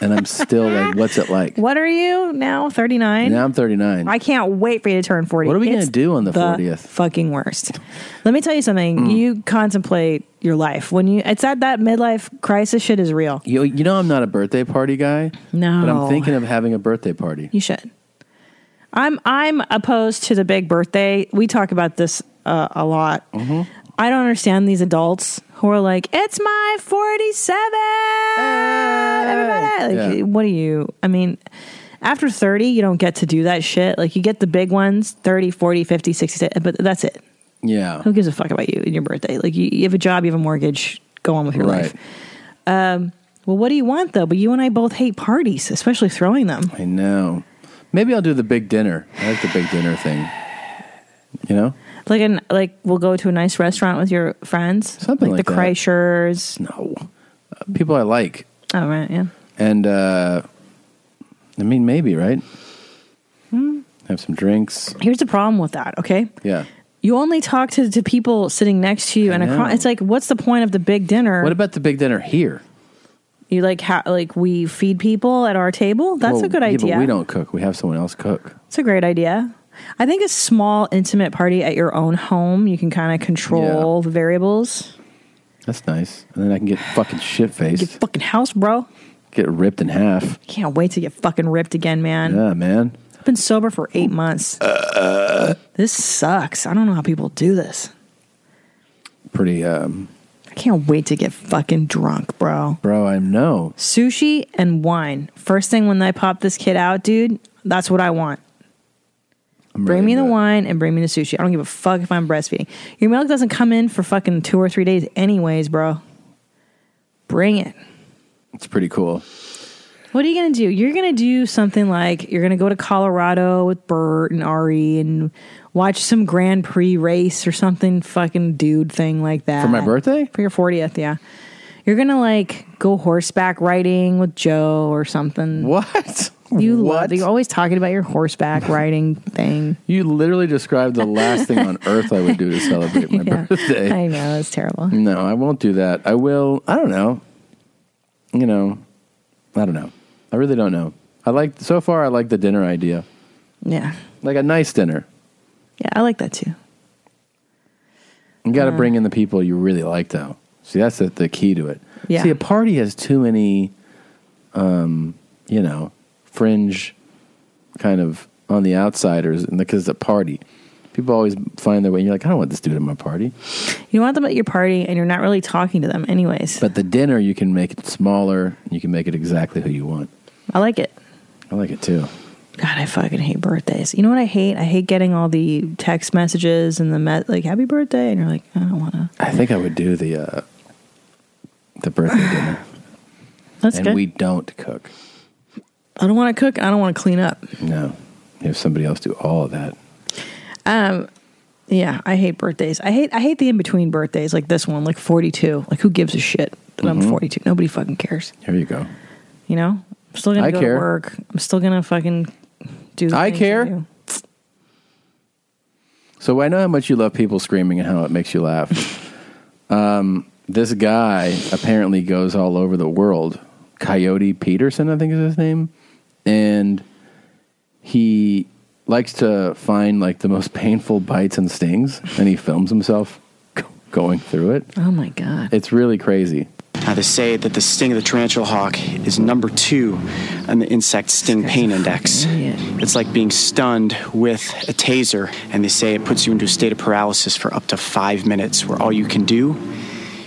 and I'm still like, what's it like? What are you now? 39? Now I'm 39. I can't wait for you to turn 40. What are we gonna It's do on the Mm. 40th? Fucking worst. Let me tell you something. You contemplate your life when you it's at that midlife crisis shit is real. You, you know I'm not a birthday party guy. No. But I'm thinking of having a birthday party. You should. I'm I'm opposed to the big birthday. We talk about this uh, a lot. Mm-hmm. I don't understand these adults who are like, "It's my 47th, everybody!" Like, Yeah. what do you? I mean, after 30, you don't get to do that shit. Like, you get the big ones: 30, 40, 50, 60, but that's it. Yeah. Who gives a fuck about you and your birthday? Like you, you have a job, you have a mortgage, go on with your Right. life. Um, well, what do you want though? But you and I both hate parties, especially throwing them. I know. Maybe I'll do the big dinner. I like the big dinner thing. You know? Like an like we'll go to a nice restaurant with your friends, something like the that. Kreischers. No, People I like. oh right, yeah. And uh I mean maybe, right? Hmm. Have some drinks. Here's the problem with that. Okay, Yeah. you only talk to, to people sitting next to you, and know. across, it's like, what's the point of the big dinner? What about the big dinner here? you like how like we feed people at our table? That's Well, a good yeah, idea. But we don't cook. We have someone else cook. It's a great idea. I think a small, intimate party at your own home, you can kind of control the variables. That's nice. And then I can get fucking shit Get faced. fucking house, bro. Get ripped in half. Can't wait to get fucking ripped again, man. Yeah, man. Uh, I've been sober for eight months. this sucks. I don't know how people do this. Pretty um I can't wait to get fucking drunk, bro. Bro, I know. Sushi and wine. First thing when I pop this kid out, dude, that's what I want. bring me the wine and bring me the sushi. I don't give a fuck if I'm breastfeeding. Your milk doesn't come in for fucking two or three days, anyways, bro. Bring it. It's pretty cool. What are you gonna do? You're gonna do something like you're gonna go to Colorado with Bert and Ari and watch some Grand Prix race or something fucking dude thing like that. For my birthday? For your 40th, yeah. You're gonna like go horseback riding with Joe or something. What? [laughs] You love you're always talking about your [laughs] horseback riding thing. You literally described the last [laughs] thing on earth I would do to celebrate my Yeah. birthday. I know, it's terrible. No, I won't do that. I will. I don't know. You know, I don't know. I really don't know. I like so far. I like the dinner idea, Yeah. like a nice dinner. Yeah, I like that too. You got to Uh. bring in the people you really like, though. See, that's the, the key to it. Yeah. See, a party has too many, um, you know, fringe kind of on the outsiders, and because it's a party, people always find their way. And you're like, I don't want this dude at my party. You want them at your party and you're not really talking to them anyways. But the dinner, you can make it smaller. And you can make it exactly who you want. I like it. I like it too. God, I fucking hate birthdays. You know what I hate? I hate getting all the text messages and the me- like happy birthday and you're like, I don't want to. I think I would do the uh, the birthday dinner. [sighs] That's and good. we don't cook. I don't want to cook. I don't want to clean up. No, you have somebody else do all of that. Um yeah, I hate birthdays. I hate I hate the in between birthdays like this one, like 42. Like who gives a shit that I'm Mhm. 42? Nobody fucking cares. Here you go. You know? I'm still going I to go care. to work. I'm still going to fucking do the I things care. do. So I know how much you love people screaming and how it makes you laugh. um, this guy apparently goes all over the world. Coyote Peterson, I think is his name, and he likes to find like the most painful bites and stings, and he films himself go- going through it. Oh my god. It's really crazy. Now, they say that the sting of the tarantula hawk is number two on the insect sting pain index. It's like being stunned with a taser, and they say it puts you into a state of paralysis for up to five minutes where all you can do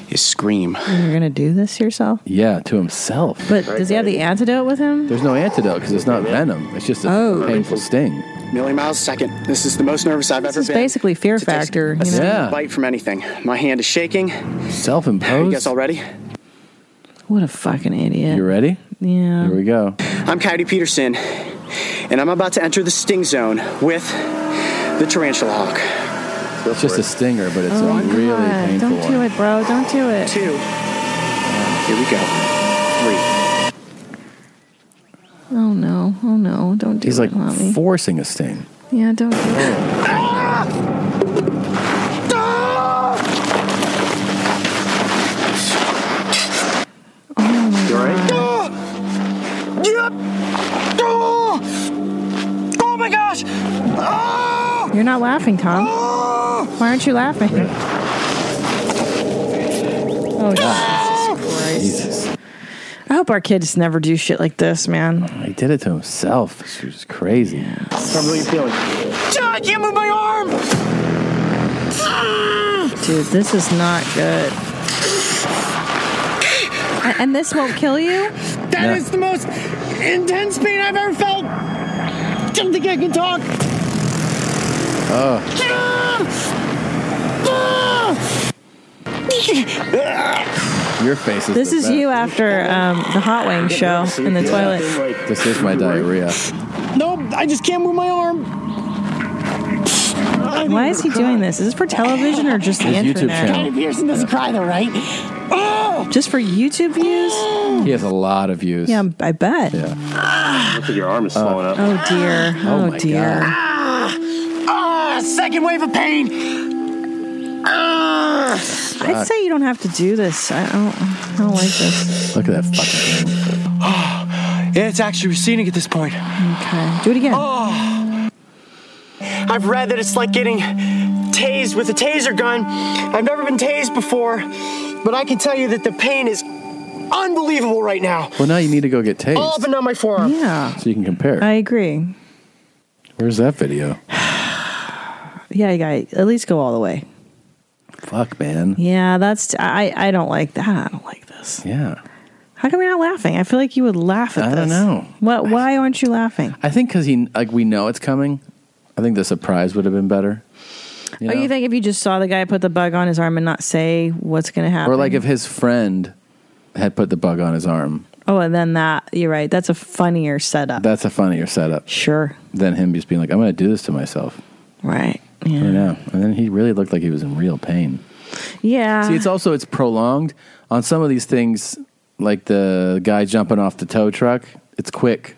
is scream. You're going to do this yourself? Yeah, to himself. But does he have the antidote with him? There's no antidote because it's not venom. It's just a Oh. painful sting. Million miles a second. This is the most nervous I've ever It's been. basically fear factor. a You know? sting bite from anything. My hand is shaking. Self-imposed. You guys all ready? What a fucking idiot. You ready? Yeah. Here we go. I'm Coyote Peterson, and I'm about to enter the sting zone with the tarantula hawk. It's just a stinger, but it's Oh, a God. really painful Don't one. do it, bro. Don't Ah, do it. Two. Here we go. Three. Oh no. Oh no. Don't do He's it, like mommy. forcing a sting. Yeah, don't do Oh, it. Oh my god. Oh my gosh! Ah! You're not laughing, Tom. Why aren't you laughing? Oh, Jesus Christ. Jesus. I hope our kids never do shit like this, man. He did it to himself. This was crazy. Tom, how you feeling? John, I can't move my arm! Dude, this is not good. A- And this won't kill you? That Yeah. is the most intense pain I've ever felt. Don't think I can talk. Ah! Oh. Your face is. This the is best. you after um, the hot wing show in the toilet. This is my diarrhea. No, I just can't move my arm. Why is he doing this? Is this for television or just the His YouTube internet? channel. Kind of Pearson doesn't cry though, right? [gasps] Just for YouTube views? He has a lot of views. Uh, Yeah, I bet. Looks like your arm is swollen up. Oh dear. Oh, Oh, my dear. Ah, second wave of pain. Ah. I'd say you don't have to do this. I don't, I don't like this. Look at that fucking Ah! It's actually receding at this point. Okay. Do it again. Oh. I've read that it's like getting tased with a taser gun. I've never been tased before, but I can tell you that the pain is unbelievable right now. Well, now you need to go get All tased up and down my forearm. Yeah. so you can compare. I agree. Where's that video? Yeah, you got at least go all the way. Fuck, man. Yeah, that's I I don't like that. I don't like this. Yeah. How come you're not laughing? I feel like you would laugh at I this. don't know. What why aren't you laughing? I think because he like we know it's coming. I think the surprise would have been better. You Oh, know? you think if you just saw the guy put the bug on his arm and not say what's going to happen? or like if his friend had put the bug on his arm. Oh, and then that you're right. That's a funnier setup. That's a funnier setup. Sure. Than him just being like, I'm going to do this to myself. Right. Yeah. I know. And then he really looked like he was in real pain. yeah. See, it's also it's prolonged on some of these things, like the guy jumping off the tow truck. It's quick,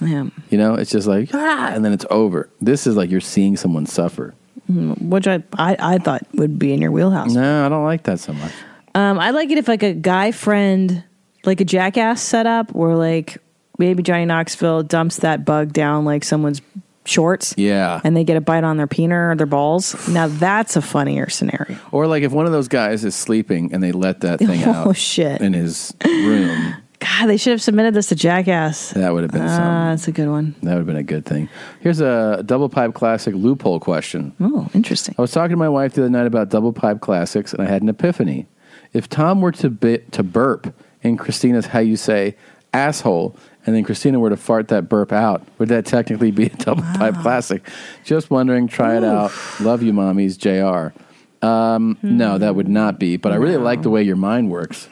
yeah. you know. It's just like ah, and then it's over. This is like you're seeing someone suffer. Mm, Which I, I I thought would be in your wheelhouse. No, I don't like that so much. Um, I like it if like a guy friend, like a jackass setup, where like maybe Johnny Knoxville dumps that bug down like someone's shorts. Yeah. And they get a bite on their peener or their balls. Now that's a funnier scenario. Or like if one of those guys is sleeping and they [laughs] let that thing Oh, out. shit. In his room, God, they should have submitted this to Jackass. that would have been some. Ah, that's a good one. That would have been a good thing. Here's a double pipe classic loophole question. Oh, interesting. I was talking to my wife the other night about double pipe classics, and I had an epiphany. If Tom were to bi- to burp in Christina's how you say asshole, and then Christina were to fart that burp out, would that technically be a [laughs] double pipe classic? Just wondering. Try it out. Love you, mommies. Jr. Um, Hmm. No, that would not be. But I really like the way your mind works.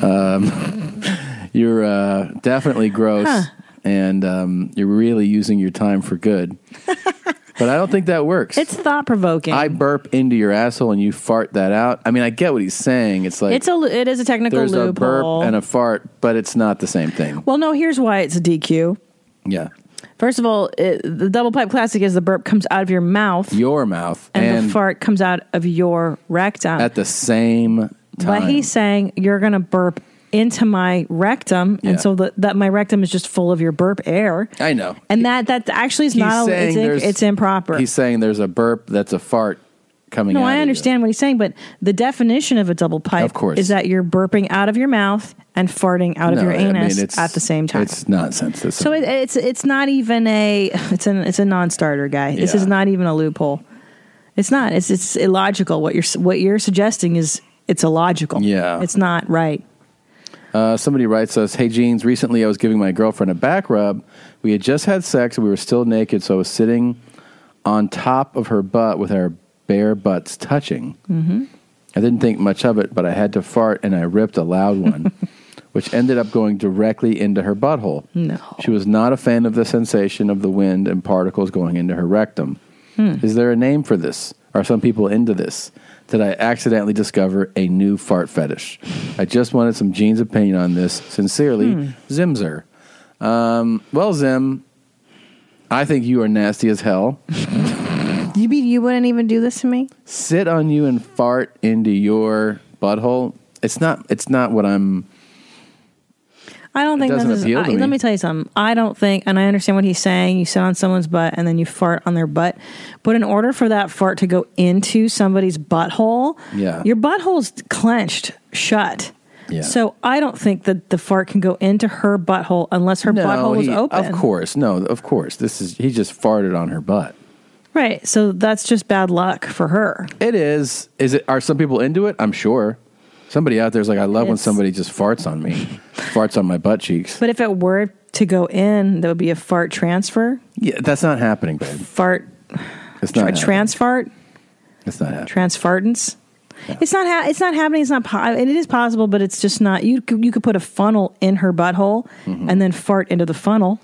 Um, [laughs] you're uh, definitely gross, Huh. and um, you're really using your time [laughs] for good. But I don't think that works. It's thought provoking. I burp into your asshole and you fart that out. I mean, I get what he's saying. It's like it's a it is a technical there's a loophole. burp and a fart, but it's not the same thing. well, no, here's why it's a DQ. Yeah, First of all, it, the double pipe classic is the burp comes out of your mouth your mouth and, and, the fart comes out of your rectum. at the same time. But he's saying you're going to burp into my rectum, Yeah. and so that that my rectum is just full of your burp air, I know. and that that actually is He's not it's, saying there's- it's improper. He's saying there's a burp that's a fart coming No, out. I understand what he's saying, but the definition of a double pipe, Of course. is that you're burping out of your mouth and farting out of No, your I mean, anus it's- at the same time. It's nonsense. This So it, it's it's not even a [laughs] it's an it's a non-starter guy. This is Yeah. not even a loophole. It's not. It's it's illogical. What you're what you're suggesting is it's illogical. Yeah. it's not right. Uh, somebody writes us, "Hey jeans, recently I was giving my girlfriend a back rub. We had just had sex and we were still naked, so I was sitting on top of her butt with our bare butts touching. Mm-hmm. I didn't think much of it, but I had to fart and I ripped a loud one, which ended up going directly into her butthole. No. She was not a fan of the sensation of the wind and particles going into her rectum. Hmm. Is there a name for this? Are some people into this? Did I accidentally discover a new fart fetish? I just wanted some Gene's opinion on this. Sincerely, Hmm. Zimzer. Um, well, Zim, I think you are nasty as hell. You mean you wouldn't even do this to me? Sit on you and fart into your butthole. It's not. It's not what I'm. I don't think this doesn't is. appeal to I- me. Let me tell you something. I don't think, and I understand what he's saying. You sit on someone's butt and then you fart on their butt, but in order for that fart to go into somebody's butthole, Yeah. your butthole's clenched shut. Yeah. So I don't think that the fart can go into her butthole unless her butthole is he- open. Of course, no, of course. This is he just farted on her butt. Right. So that's just bad luck for her. It is. Is it? Are some people into it? I'm sure. Somebody out there's like, I love when It's- somebody just farts on me, farts on my butt cheeks. But if it were to go in, there would be a fart transfer. Yeah, that's not happening, babe. Fart. It's not. tra- happening. trans fart. It's not happening. transference. It's not. Ha- it's not happening. It's not. Po- and it is possible, but it's just not. You could, you could put a funnel in her butthole Mhm. and then fart into the funnel,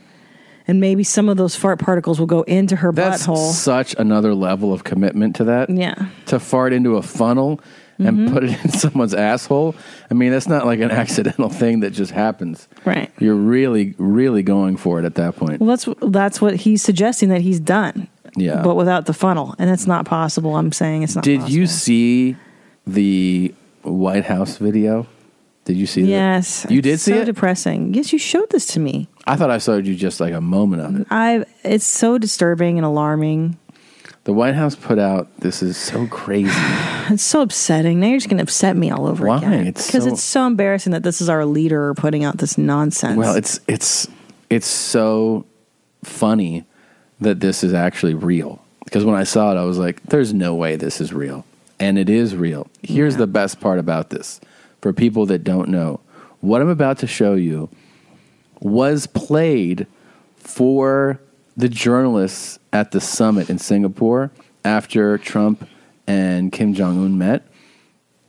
and maybe some of those fart particles will go into her That's butthole. such another level of commitment to that. Yeah. To fart into a funnel and Mhm. put it in [laughs] someone's asshole. I mean, that's not like an [laughs] accidental thing that just happens. Right. You're really, really going for it at that point. Well, that's that's what he's suggesting that he's done. Yeah. But without the funnel, and that's not possible. I'm saying it's not. Did possible. you see the White House video? Did you see that? Yes. You did It's see so it? Depressing. Yes, you showed this to me. I thought I showed you just like a moment of it. I. It's so disturbing and alarming. The White House put out this is so crazy. It's so upsetting. Now you're just going to upset me all over Why? again. It's Because so- it's so embarrassing that this is our leader putting out this nonsense. Well, it's it's it's so funny that this is actually real. Because when I saw it, I was like, "There's no way this is real," and it is real. Here's the best part about this: for people that don't know, what I'm about to show you was played for the journalists at the summit in Singapore after Trump and Kim Jong Un met.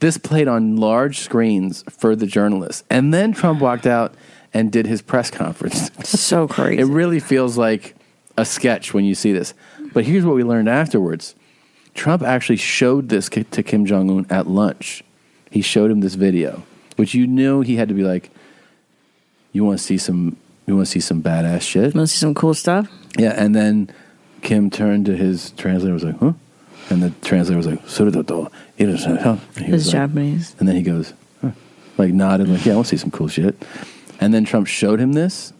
This played on large screens for the journalists. And then Trump walked out and did his press conference. [laughs] so crazy. It really feels like a sketch when you see this. But here's what we learned afterwards Trump actually showed this ki- to Kim Jong un at lunch. He showed him this video, which you knew he had to be like, You want to see some. You want to see some badass shit? Want to see some cool stuff? Yeah, and then Kim turned to his translator and was like, huh? And the translator was like, "Surudoto, irasha." And It's he was like, Japanese. and then he goes, huh. like nodded, like, yeah, I want to see some cool shit. And then Trump showed him this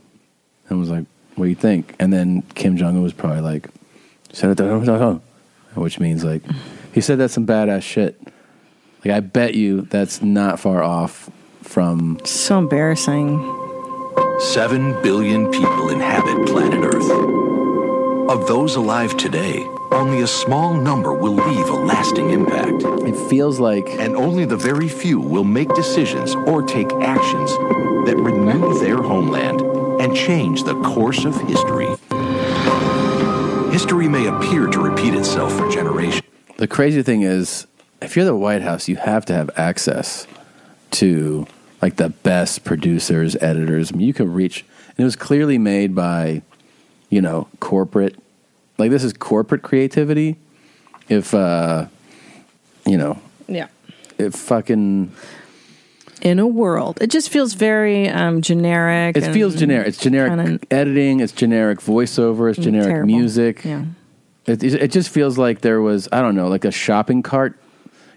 and was like, what do you think? And then Kim Jong un was probably like, "Saradaradara," which means like, he said that's some badass shit. Like, I bet you that's not far off from. So embarrassing. Seven billion people inhabit planet Earth. Of those alive today, only a small number will leave a lasting impact. It feels like. And only the very few will make decisions or take actions that renew their homeland and change the course of history. History may appear to repeat itself for generations. The crazy thing is, if you're the White House, you have to have access to like the best producers, editors. I mean, you can reach, and it was clearly made by, you know, corporate. Like this is corporate creativity. If uh, you know, Yeah. if fucking In a world, it just feels very um, generic. it feels and generic. It's generic kinda- editing. It's generic voiceover. It's Mm, generic terrible. music. Yeah. It, it just feels like there was, I don't know, like a shopping cart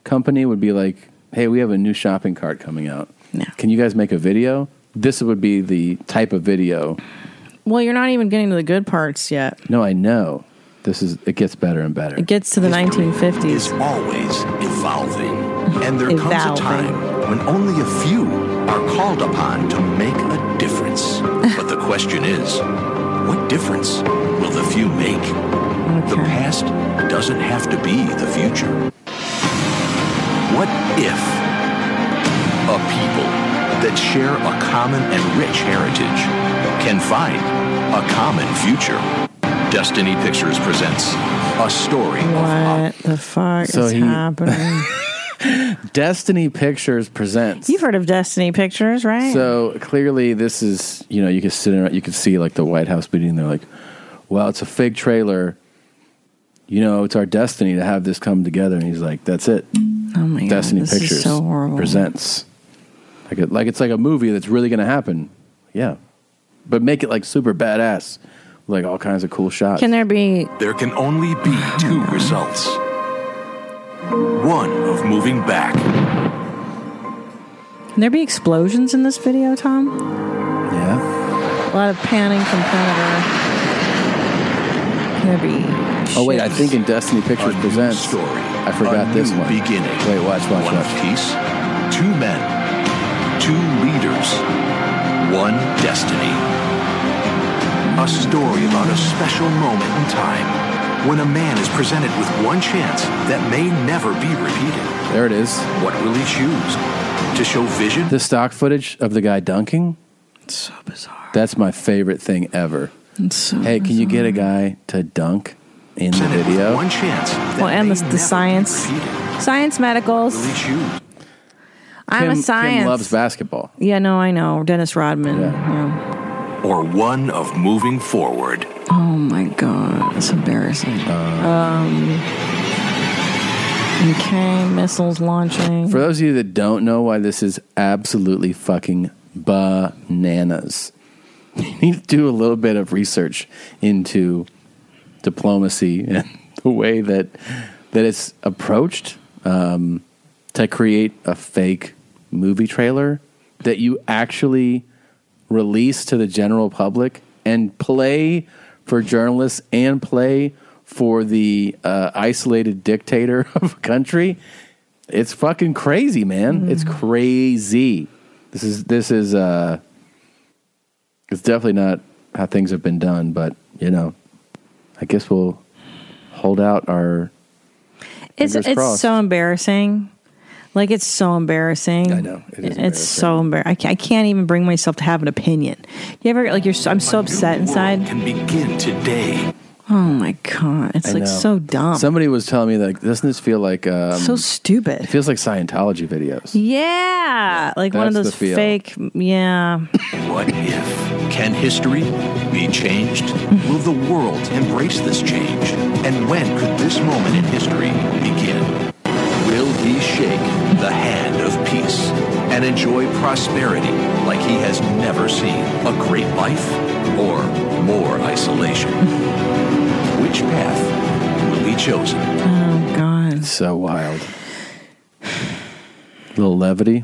company would be like, hey, we have a new shopping cart coming out. Can you guys make a video? This would be the type of video. Well, you're not even getting to the good parts yet. No, I know. This is, it gets better and better. It gets to the 1950s. Always evolving. And there comes a Evolving. time when only a few are called upon to make a difference. but the question is, what difference will the few make? The past doesn't have to be the future. What if a people that share a common and rich heritage can find a common future? Destiny Pictures presents a story What the fuck So is he- happening? [laughs] Destiny Pictures presents. You've heard of Destiny Pictures, right? So clearly, this is, you know, you could sit around, you could see like the White House meeting. They're like, well, it's a fake trailer. You know, it's our destiny to have this come together. And he's like, that's it. oh my god, Destiny this Pictures is so horrible. presents like a, like it's like a movie that's really going to happen. Yeah, but make it like super badass, like all kinds of cool shots. Can there be There can only be two results. One of moving back. Can there be explosions in this video, Tom? Yeah, a lot of panning from Predator. Heavy. Oh wait, I think in Destiny Pictures presents. Story. I forgot a this new one. Beginning. Wait, watch, watch, one watch. piece. Two men. Two leaders. One destiny. A story about a special moment in time when a man is presented with one chance that may never be repeated. There it is. What will he choose? To show vision? The stock footage of the guy dunking. It's so bizarre. That's my favorite thing ever. It's so hey, can you get a guy to dunk in the video? One chance. Well, and the, the science, science medicals. I'm a science. Kim loves basketball. yeah, no, I know Dennis Rodman. yeah. Or one of moving forward. Oh my god, it's embarrassing. Uh, um, okay, missiles launching. For those of you that don't know why this is absolutely fucking bananas, [laughs] you need to do a little bit of research into diplomacy and [laughs] the way that that it's approached um, to create a fake movie trailer that you actually release to the general public and play for journalists and play for the uh, isolated dictator [laughs] of a country. It's fucking crazy, man. Mm-hmm. It's crazy. This is this is uh it's definitely not how things have been done, but you know, I guess we'll hold out our It's fingers it's crossed. so embarrassing. Like it's so embarrassing. I know it is. It's so embarrassing. I, ca- I can't even bring myself to have an opinion. You ever like you're? So, I'm so upset inside. Can begin today. Oh my god, it's I like know. so dumb. Somebody was telling me like, doesn't this feel like um, So stupid? It feels like Scientology videos. yeah, like one of That's those the feel. fake. Yeah. What if? Can history be changed? Will the world embrace this change? And when could this moment in history begin? Will he shake the hand of peace and enjoy prosperity like he has never seen? A great life or more isolation? Which path will be chosen? Oh God, it's so wild. [sighs] little levity.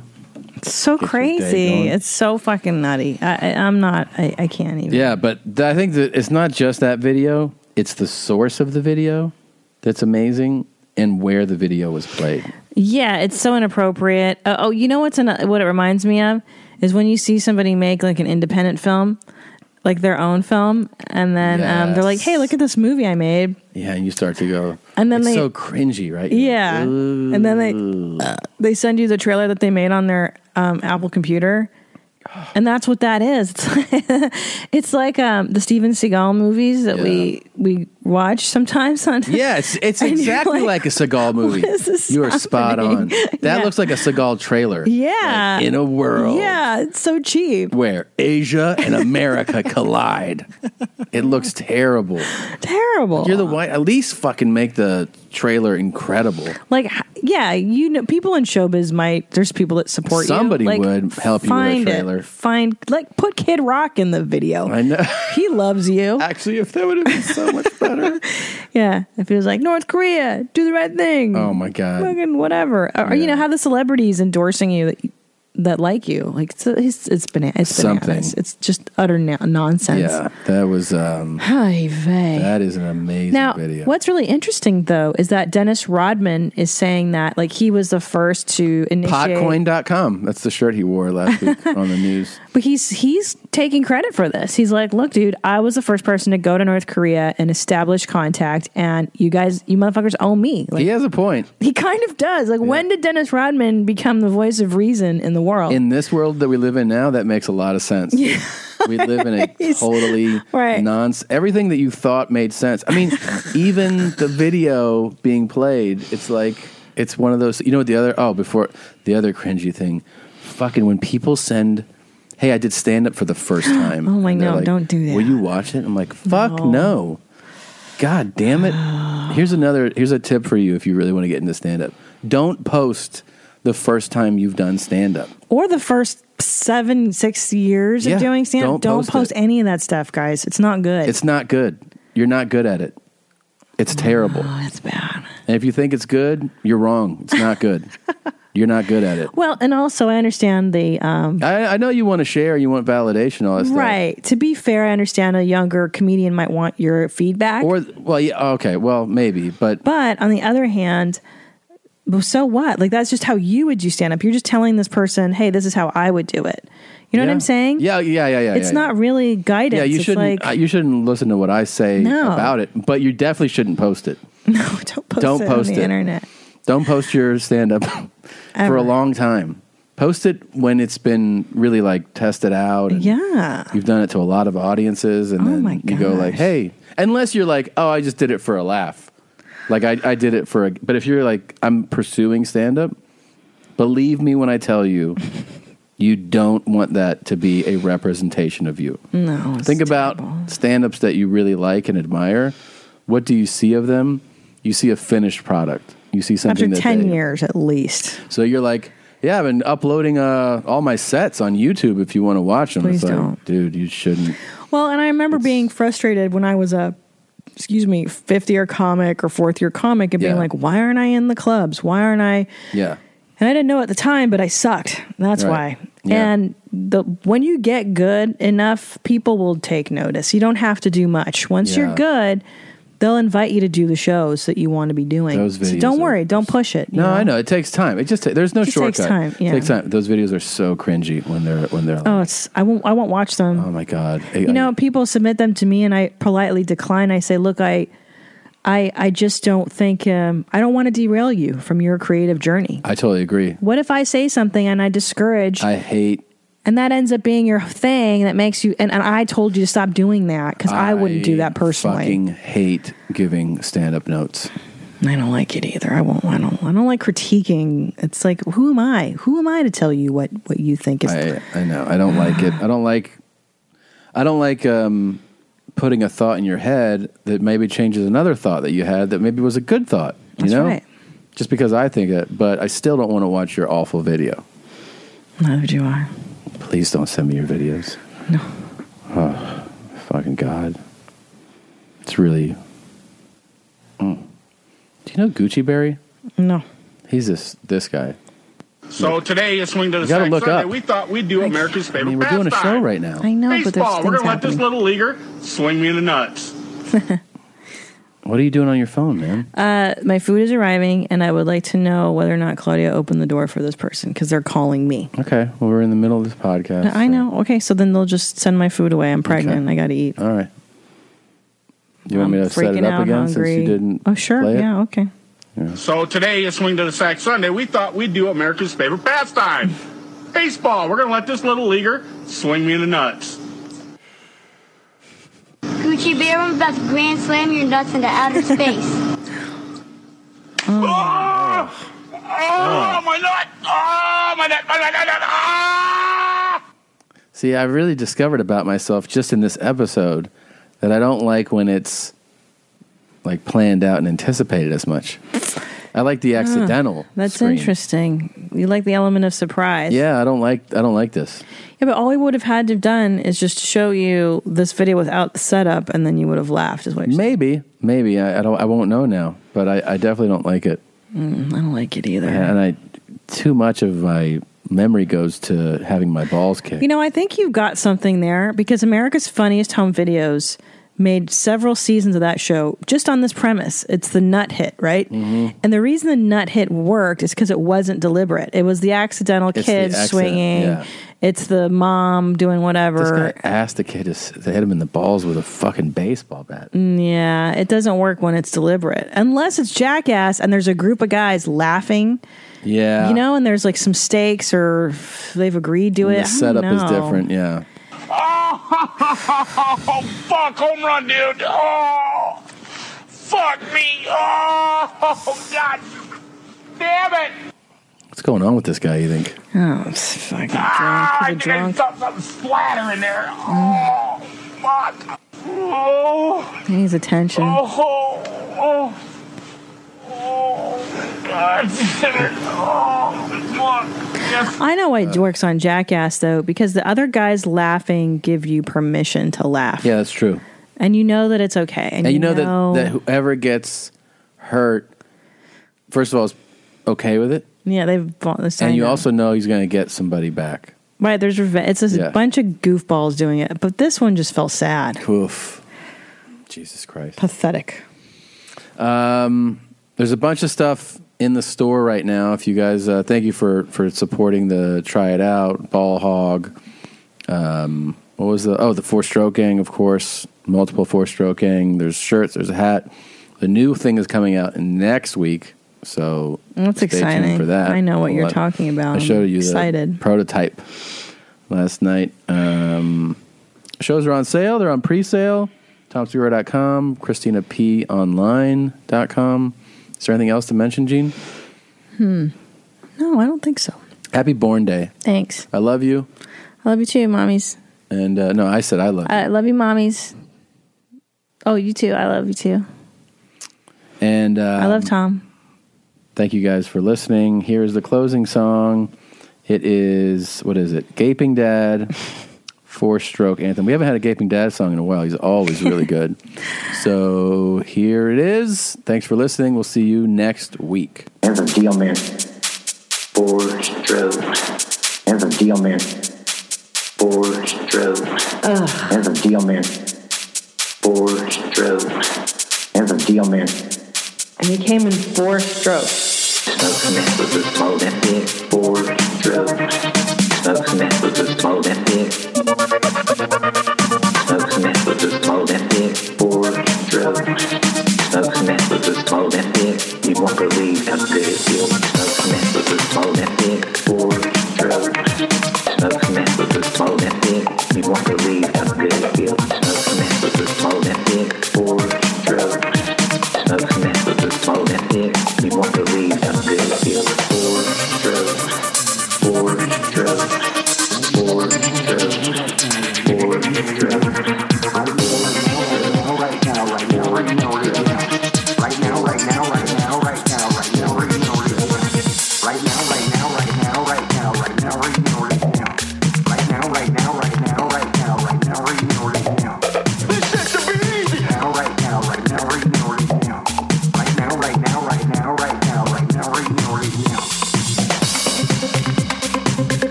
It's so Get your day going. crazy. It's so fucking nutty. I, I, I'm not. I, I can't even. Yeah, but th- I think that it's not just that video; it's the source of the video that's amazing and where the video was played. Yeah, it's so inappropriate. Uh, oh, you know what's an, what it reminds me of is when you see somebody make like an independent film, like their own film, and then um, they're like, Yes. "Hey, look at this movie I made." Yeah, and you start to go, And then it's they- so cringy, right? Yeah, and then they they send you the trailer that they made on their um, Apple computer, and that's what that is. It's like, [laughs] it's like um, the Steven Seagal movies that we we watch sometimes on. Yeah, it's [laughs] it's And you're exactly like, like, a Seagal movie. "What is this You are spot on. happening?" That Yeah. looks like a Seagal trailer. Yeah. Like, in a world. Yeah, it's so cheap. Where Asia and [laughs] America collide. It looks terrible. Terrible. You're the white. At least fucking make the trailer incredible. Like, h- yeah, you know, people in showbiz might. There's people that support Somebody you. Like, would help you with a find it. trailer. Find like put Kid Rock in the video. I know he loves you. [laughs] Actually, if that would have been so much better. [laughs] yeah, if he was like North Korea, do the right thing. Oh my god. fucking whatever. Or you know, have the celebrities endorsing you that that like you. Like it's it's, it's banana. It's Something. bananas. It's just utter na- nonsense. Yeah, that was um. Hi, vey. That is an amazing Now, video. what's really interesting though is that Dennis Rodman is saying that like he was the first to initiate Potcoin.com. That's the shirt he wore [laughs] last week on the news. But he's he's taking credit for this. He's like, "Look, dude, I was the first person to go to North Korea and establish contact, and you guys, you motherfuckers, owe me." Like, he has a point. he kind of does. Like, when did Dennis Rodman become the voice of reason in the world? In this world that we live in now, that makes a lot of sense. We live in a [laughs] He's- totally Right. nonsense. Everything that you thought made sense. I [laughs] mean, even the video being played, it's like it's one of those. You know what the other? Oh, before the other cringy thing, fucking when people send, "Hey, I did stand up for the [gasps] first time." Oh my And they're no, don't do that. Will you watch it? I'm like, fuck no. God [sighs] damn it. Here's another. Here's a tip for you if you really want to get into stand up. Don't post the first time you've done stand up. or the first seven, six years Yeah, of doing stand don't up. Don't, post post, any of that stuff, guys. It's not good. It's not good. You're not good at it. It's terrible. it's bad. [laughs] And if you think it's good, you're wrong. It's not good. You're not good at it. Well, and also I understand the um, I, I know you want to share. You want validation. All that stuff. right. To be fair, I understand a younger comedian might want your feedback. Or well, yeah. Okay. Well, maybe, but But on the other hand, well, so what? Like that's just how you would do stand up. You're just telling this person, "Hey, this is how I would do it." You know what Yeah. I'm saying? Yeah, yeah, yeah, yeah. it's yeah, not really guidance. Yeah, you It's shouldn't. like- uh, you shouldn't listen to what I say No. about it. But you definitely shouldn't post it. [laughs] No, don't post Don't it post on the it. internet. Don't post your stand up [laughs] for Ever. a long time. Post it when it's been really like tested out. and Yeah. You've done it to a lot of audiences, Oh and then you go like, "Hey," unless you're like, "Oh, I just did it for a laugh," like I, I did it for a. But if you're like, "I'm pursuing stand up," believe me when I [laughs] tell you, you don't want that to be a representation of you. No. Think about stand ups that you really like and admire. What do you see of them? You see a finished product. You see something After that ten they- years at least. So you're like, yeah, I've been uploading uh, all my sets on YouTube if you want to watch them. Please it's like, don't. dude, you shouldn't. Well, and I remember being frustrated when I was a, excuse me, fifth year comic or fourth year comic, and being Yeah. like, "Why aren't I in the clubs? Why aren't I?" Yeah. And I didn't know at the time, but I sucked. That's why. Right. Yeah. And the when you get good enough, people will take notice. You don't have to do much. Once Yeah. you're good, they'll invite you to do the shows that you want to be doing. Those so videos don't are- worry, don't push it. you No, I know it takes time. It just ta- there's no It just shortcut. takes time, yeah. It takes time. Those videos are so cringy when they're when they're. Like, Oh, it's I won't I won't watch them. oh my god. you know people submit them to me and i politely decline i say look i i i just don't think um, i don't want to derail you from your creative journey I totally agree. what if i say something and i discourage I hate and that ends up being your thing that makes you and, and i told you to stop doing that because I, wouldn't do that personally Fucking hate giving stand up notes. I don't like it either. I won't. I don't. I don't like critiquing. It's like, who am I? Who am I to tell you what what you think is? I, I know. I don't like it. I don't like. I don't like um, putting a thought in your head that maybe changes another thought that you had that maybe was a good thought. You That's know, right. just because I think it, but I still don't want to watch your awful video. Neither do I. Please don't send me your videos. No. Oh, fucking god. It's really. Mm. Do you know Gucci Berry? No. He's this this guy. So today is Swing to the You gotta Sack look Sunday. up. We thought we'd do America's favorite I mean, we're doing a pastime. show right now. I know, but there's Baseball. We're things gonna let this happening. little leaguer swing me in the nuts. What are you doing on your phone, man? Uh, my food is arriving, and I would like to know whether or not Claudia opened the door for this person because they're calling me. Okay, well, we're in the middle of this podcast. I know. Okay, so then they'll just send my food away. I'm pregnant. I got to eat. All right. You want me to set Freaking it up out, again hungry. since you didn't? Oh, sure. play it? Yeah. Okay. So today is Swing to the Sack Sunday. We thought we'd do America's favorite pastime. Baseball. We're gonna let this little leaguer swing me in the nuts. Gucci Bear, I'm about to grand slam your nuts into outer space. Ah! Oh, my nut! Ah! Oh, my nut! My nut! My nut! See, I really discovered about myself just in this episode that I don't like when it's like planned out and anticipated as much. I like the accidental. Ah, that's screen. interesting. You like the element of surprise. Yeah, I don't like I don't like this. Yeah, but all we would have had to have done is just show you this video without the setup, and then you would have laughed. Is what you're Maybe, maybe I, I don't. I won't know now, but I, I definitely don't like it. Mm, I don't like it either. And I too much of my memory goes to having my balls kicked. You know, I think you've got something there because America's Funniest Home Videos made several seasons of that show just on this premise. It's the nut hit, right? Mm-hmm. And the reason the nut hit worked is because it wasn't deliberate. It was the accidental It's the kids accident, swinging. yeah. It's the mom doing this guy whatever. asked the kid to s- to hit him in the balls with a fucking baseball bat. Mm, Yeah, it doesn't work when it's deliberate. Unless it's jackass and there's a group of guys laughing, Yeah, you know, and there's like some stakes or they've agreed to And it. I The don't setup is know. different. Yeah. Oh, [laughs] fuck, home run, dude. Oh, fuck me. Oh, God. Damn it. What's going on with this guy? You think? Oh, it's fucking Ah, I think I felt something splatter in there. Oh, fuck. Oh, He needs attention. oh, oh. Oh, God. Oh, fuck. Yes. I know Uh, why it works on Jackass though, because the other guys laughing give you permission to laugh, Yeah, that's true. and you know that it's okay, and, And, you know, that that whoever gets hurt, first of all, is okay with it. Yeah, they've bought the same. and you also know he's going to get somebody back. Right, there's revenge. It's just Yeah. a bunch of goofballs doing it, but this one just felt sad. Oof. Jesus Christ. Pathetic. Um, there's a bunch of stuff in the store right now. If you guys, uh, thank you for for supporting the try it out ball hog. Um, what was the oh the four stroke gang of course multiple four stroke gang. There's shirts. There's a hat. The new thing is coming out next week. So That's stay tuned exciting. for that. I know what you're Let- talking about. I showed I'm you the excited. prototype last night. Um, shows are on sale. They're on pre-sale. TomSegura.com, ChristinaPOnline.com. Is there anything else to mention, Gene? Hmm. No, I don't think so. Happy Born Day. Thanks. I love you. I love you too, mommies. And uh, no, I said I love you. I love you, mommies. Oh, you too. I love you too. And uh, I love Tom. Thank you guys for listening. Here is the closing song. It is what is it? Gaping Dad, Four Stroke Anthem. We haven't had a Gaping Dad song in a while. He's always really good. so here it is. Thanks for listening. We'll see you next week. Here's a deal, man. Four strokes. Here's a deal, man. Four strokes. Here's a deal, man. Four strokes. Here's a deal, man. And he came in four strokes. Smoke some mess with the small that big. Four strokes. Smoke some mess with the small that big. Smoke some mess with the small that big. Four strokes. Smoke some mess with the small that big. You won't believe how good it feels. Smoke some mess with the small that big. Four strokes. Smoke some mess with the small that big. You won't believe how good it feels. Smoke some mess with the small that big. Four strokes. Smoke some mess with the small that big. You won't believe how good it feels. Four strokes. Four strokes. Four strokes. Four strokes.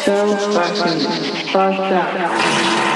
So fucking fucked up.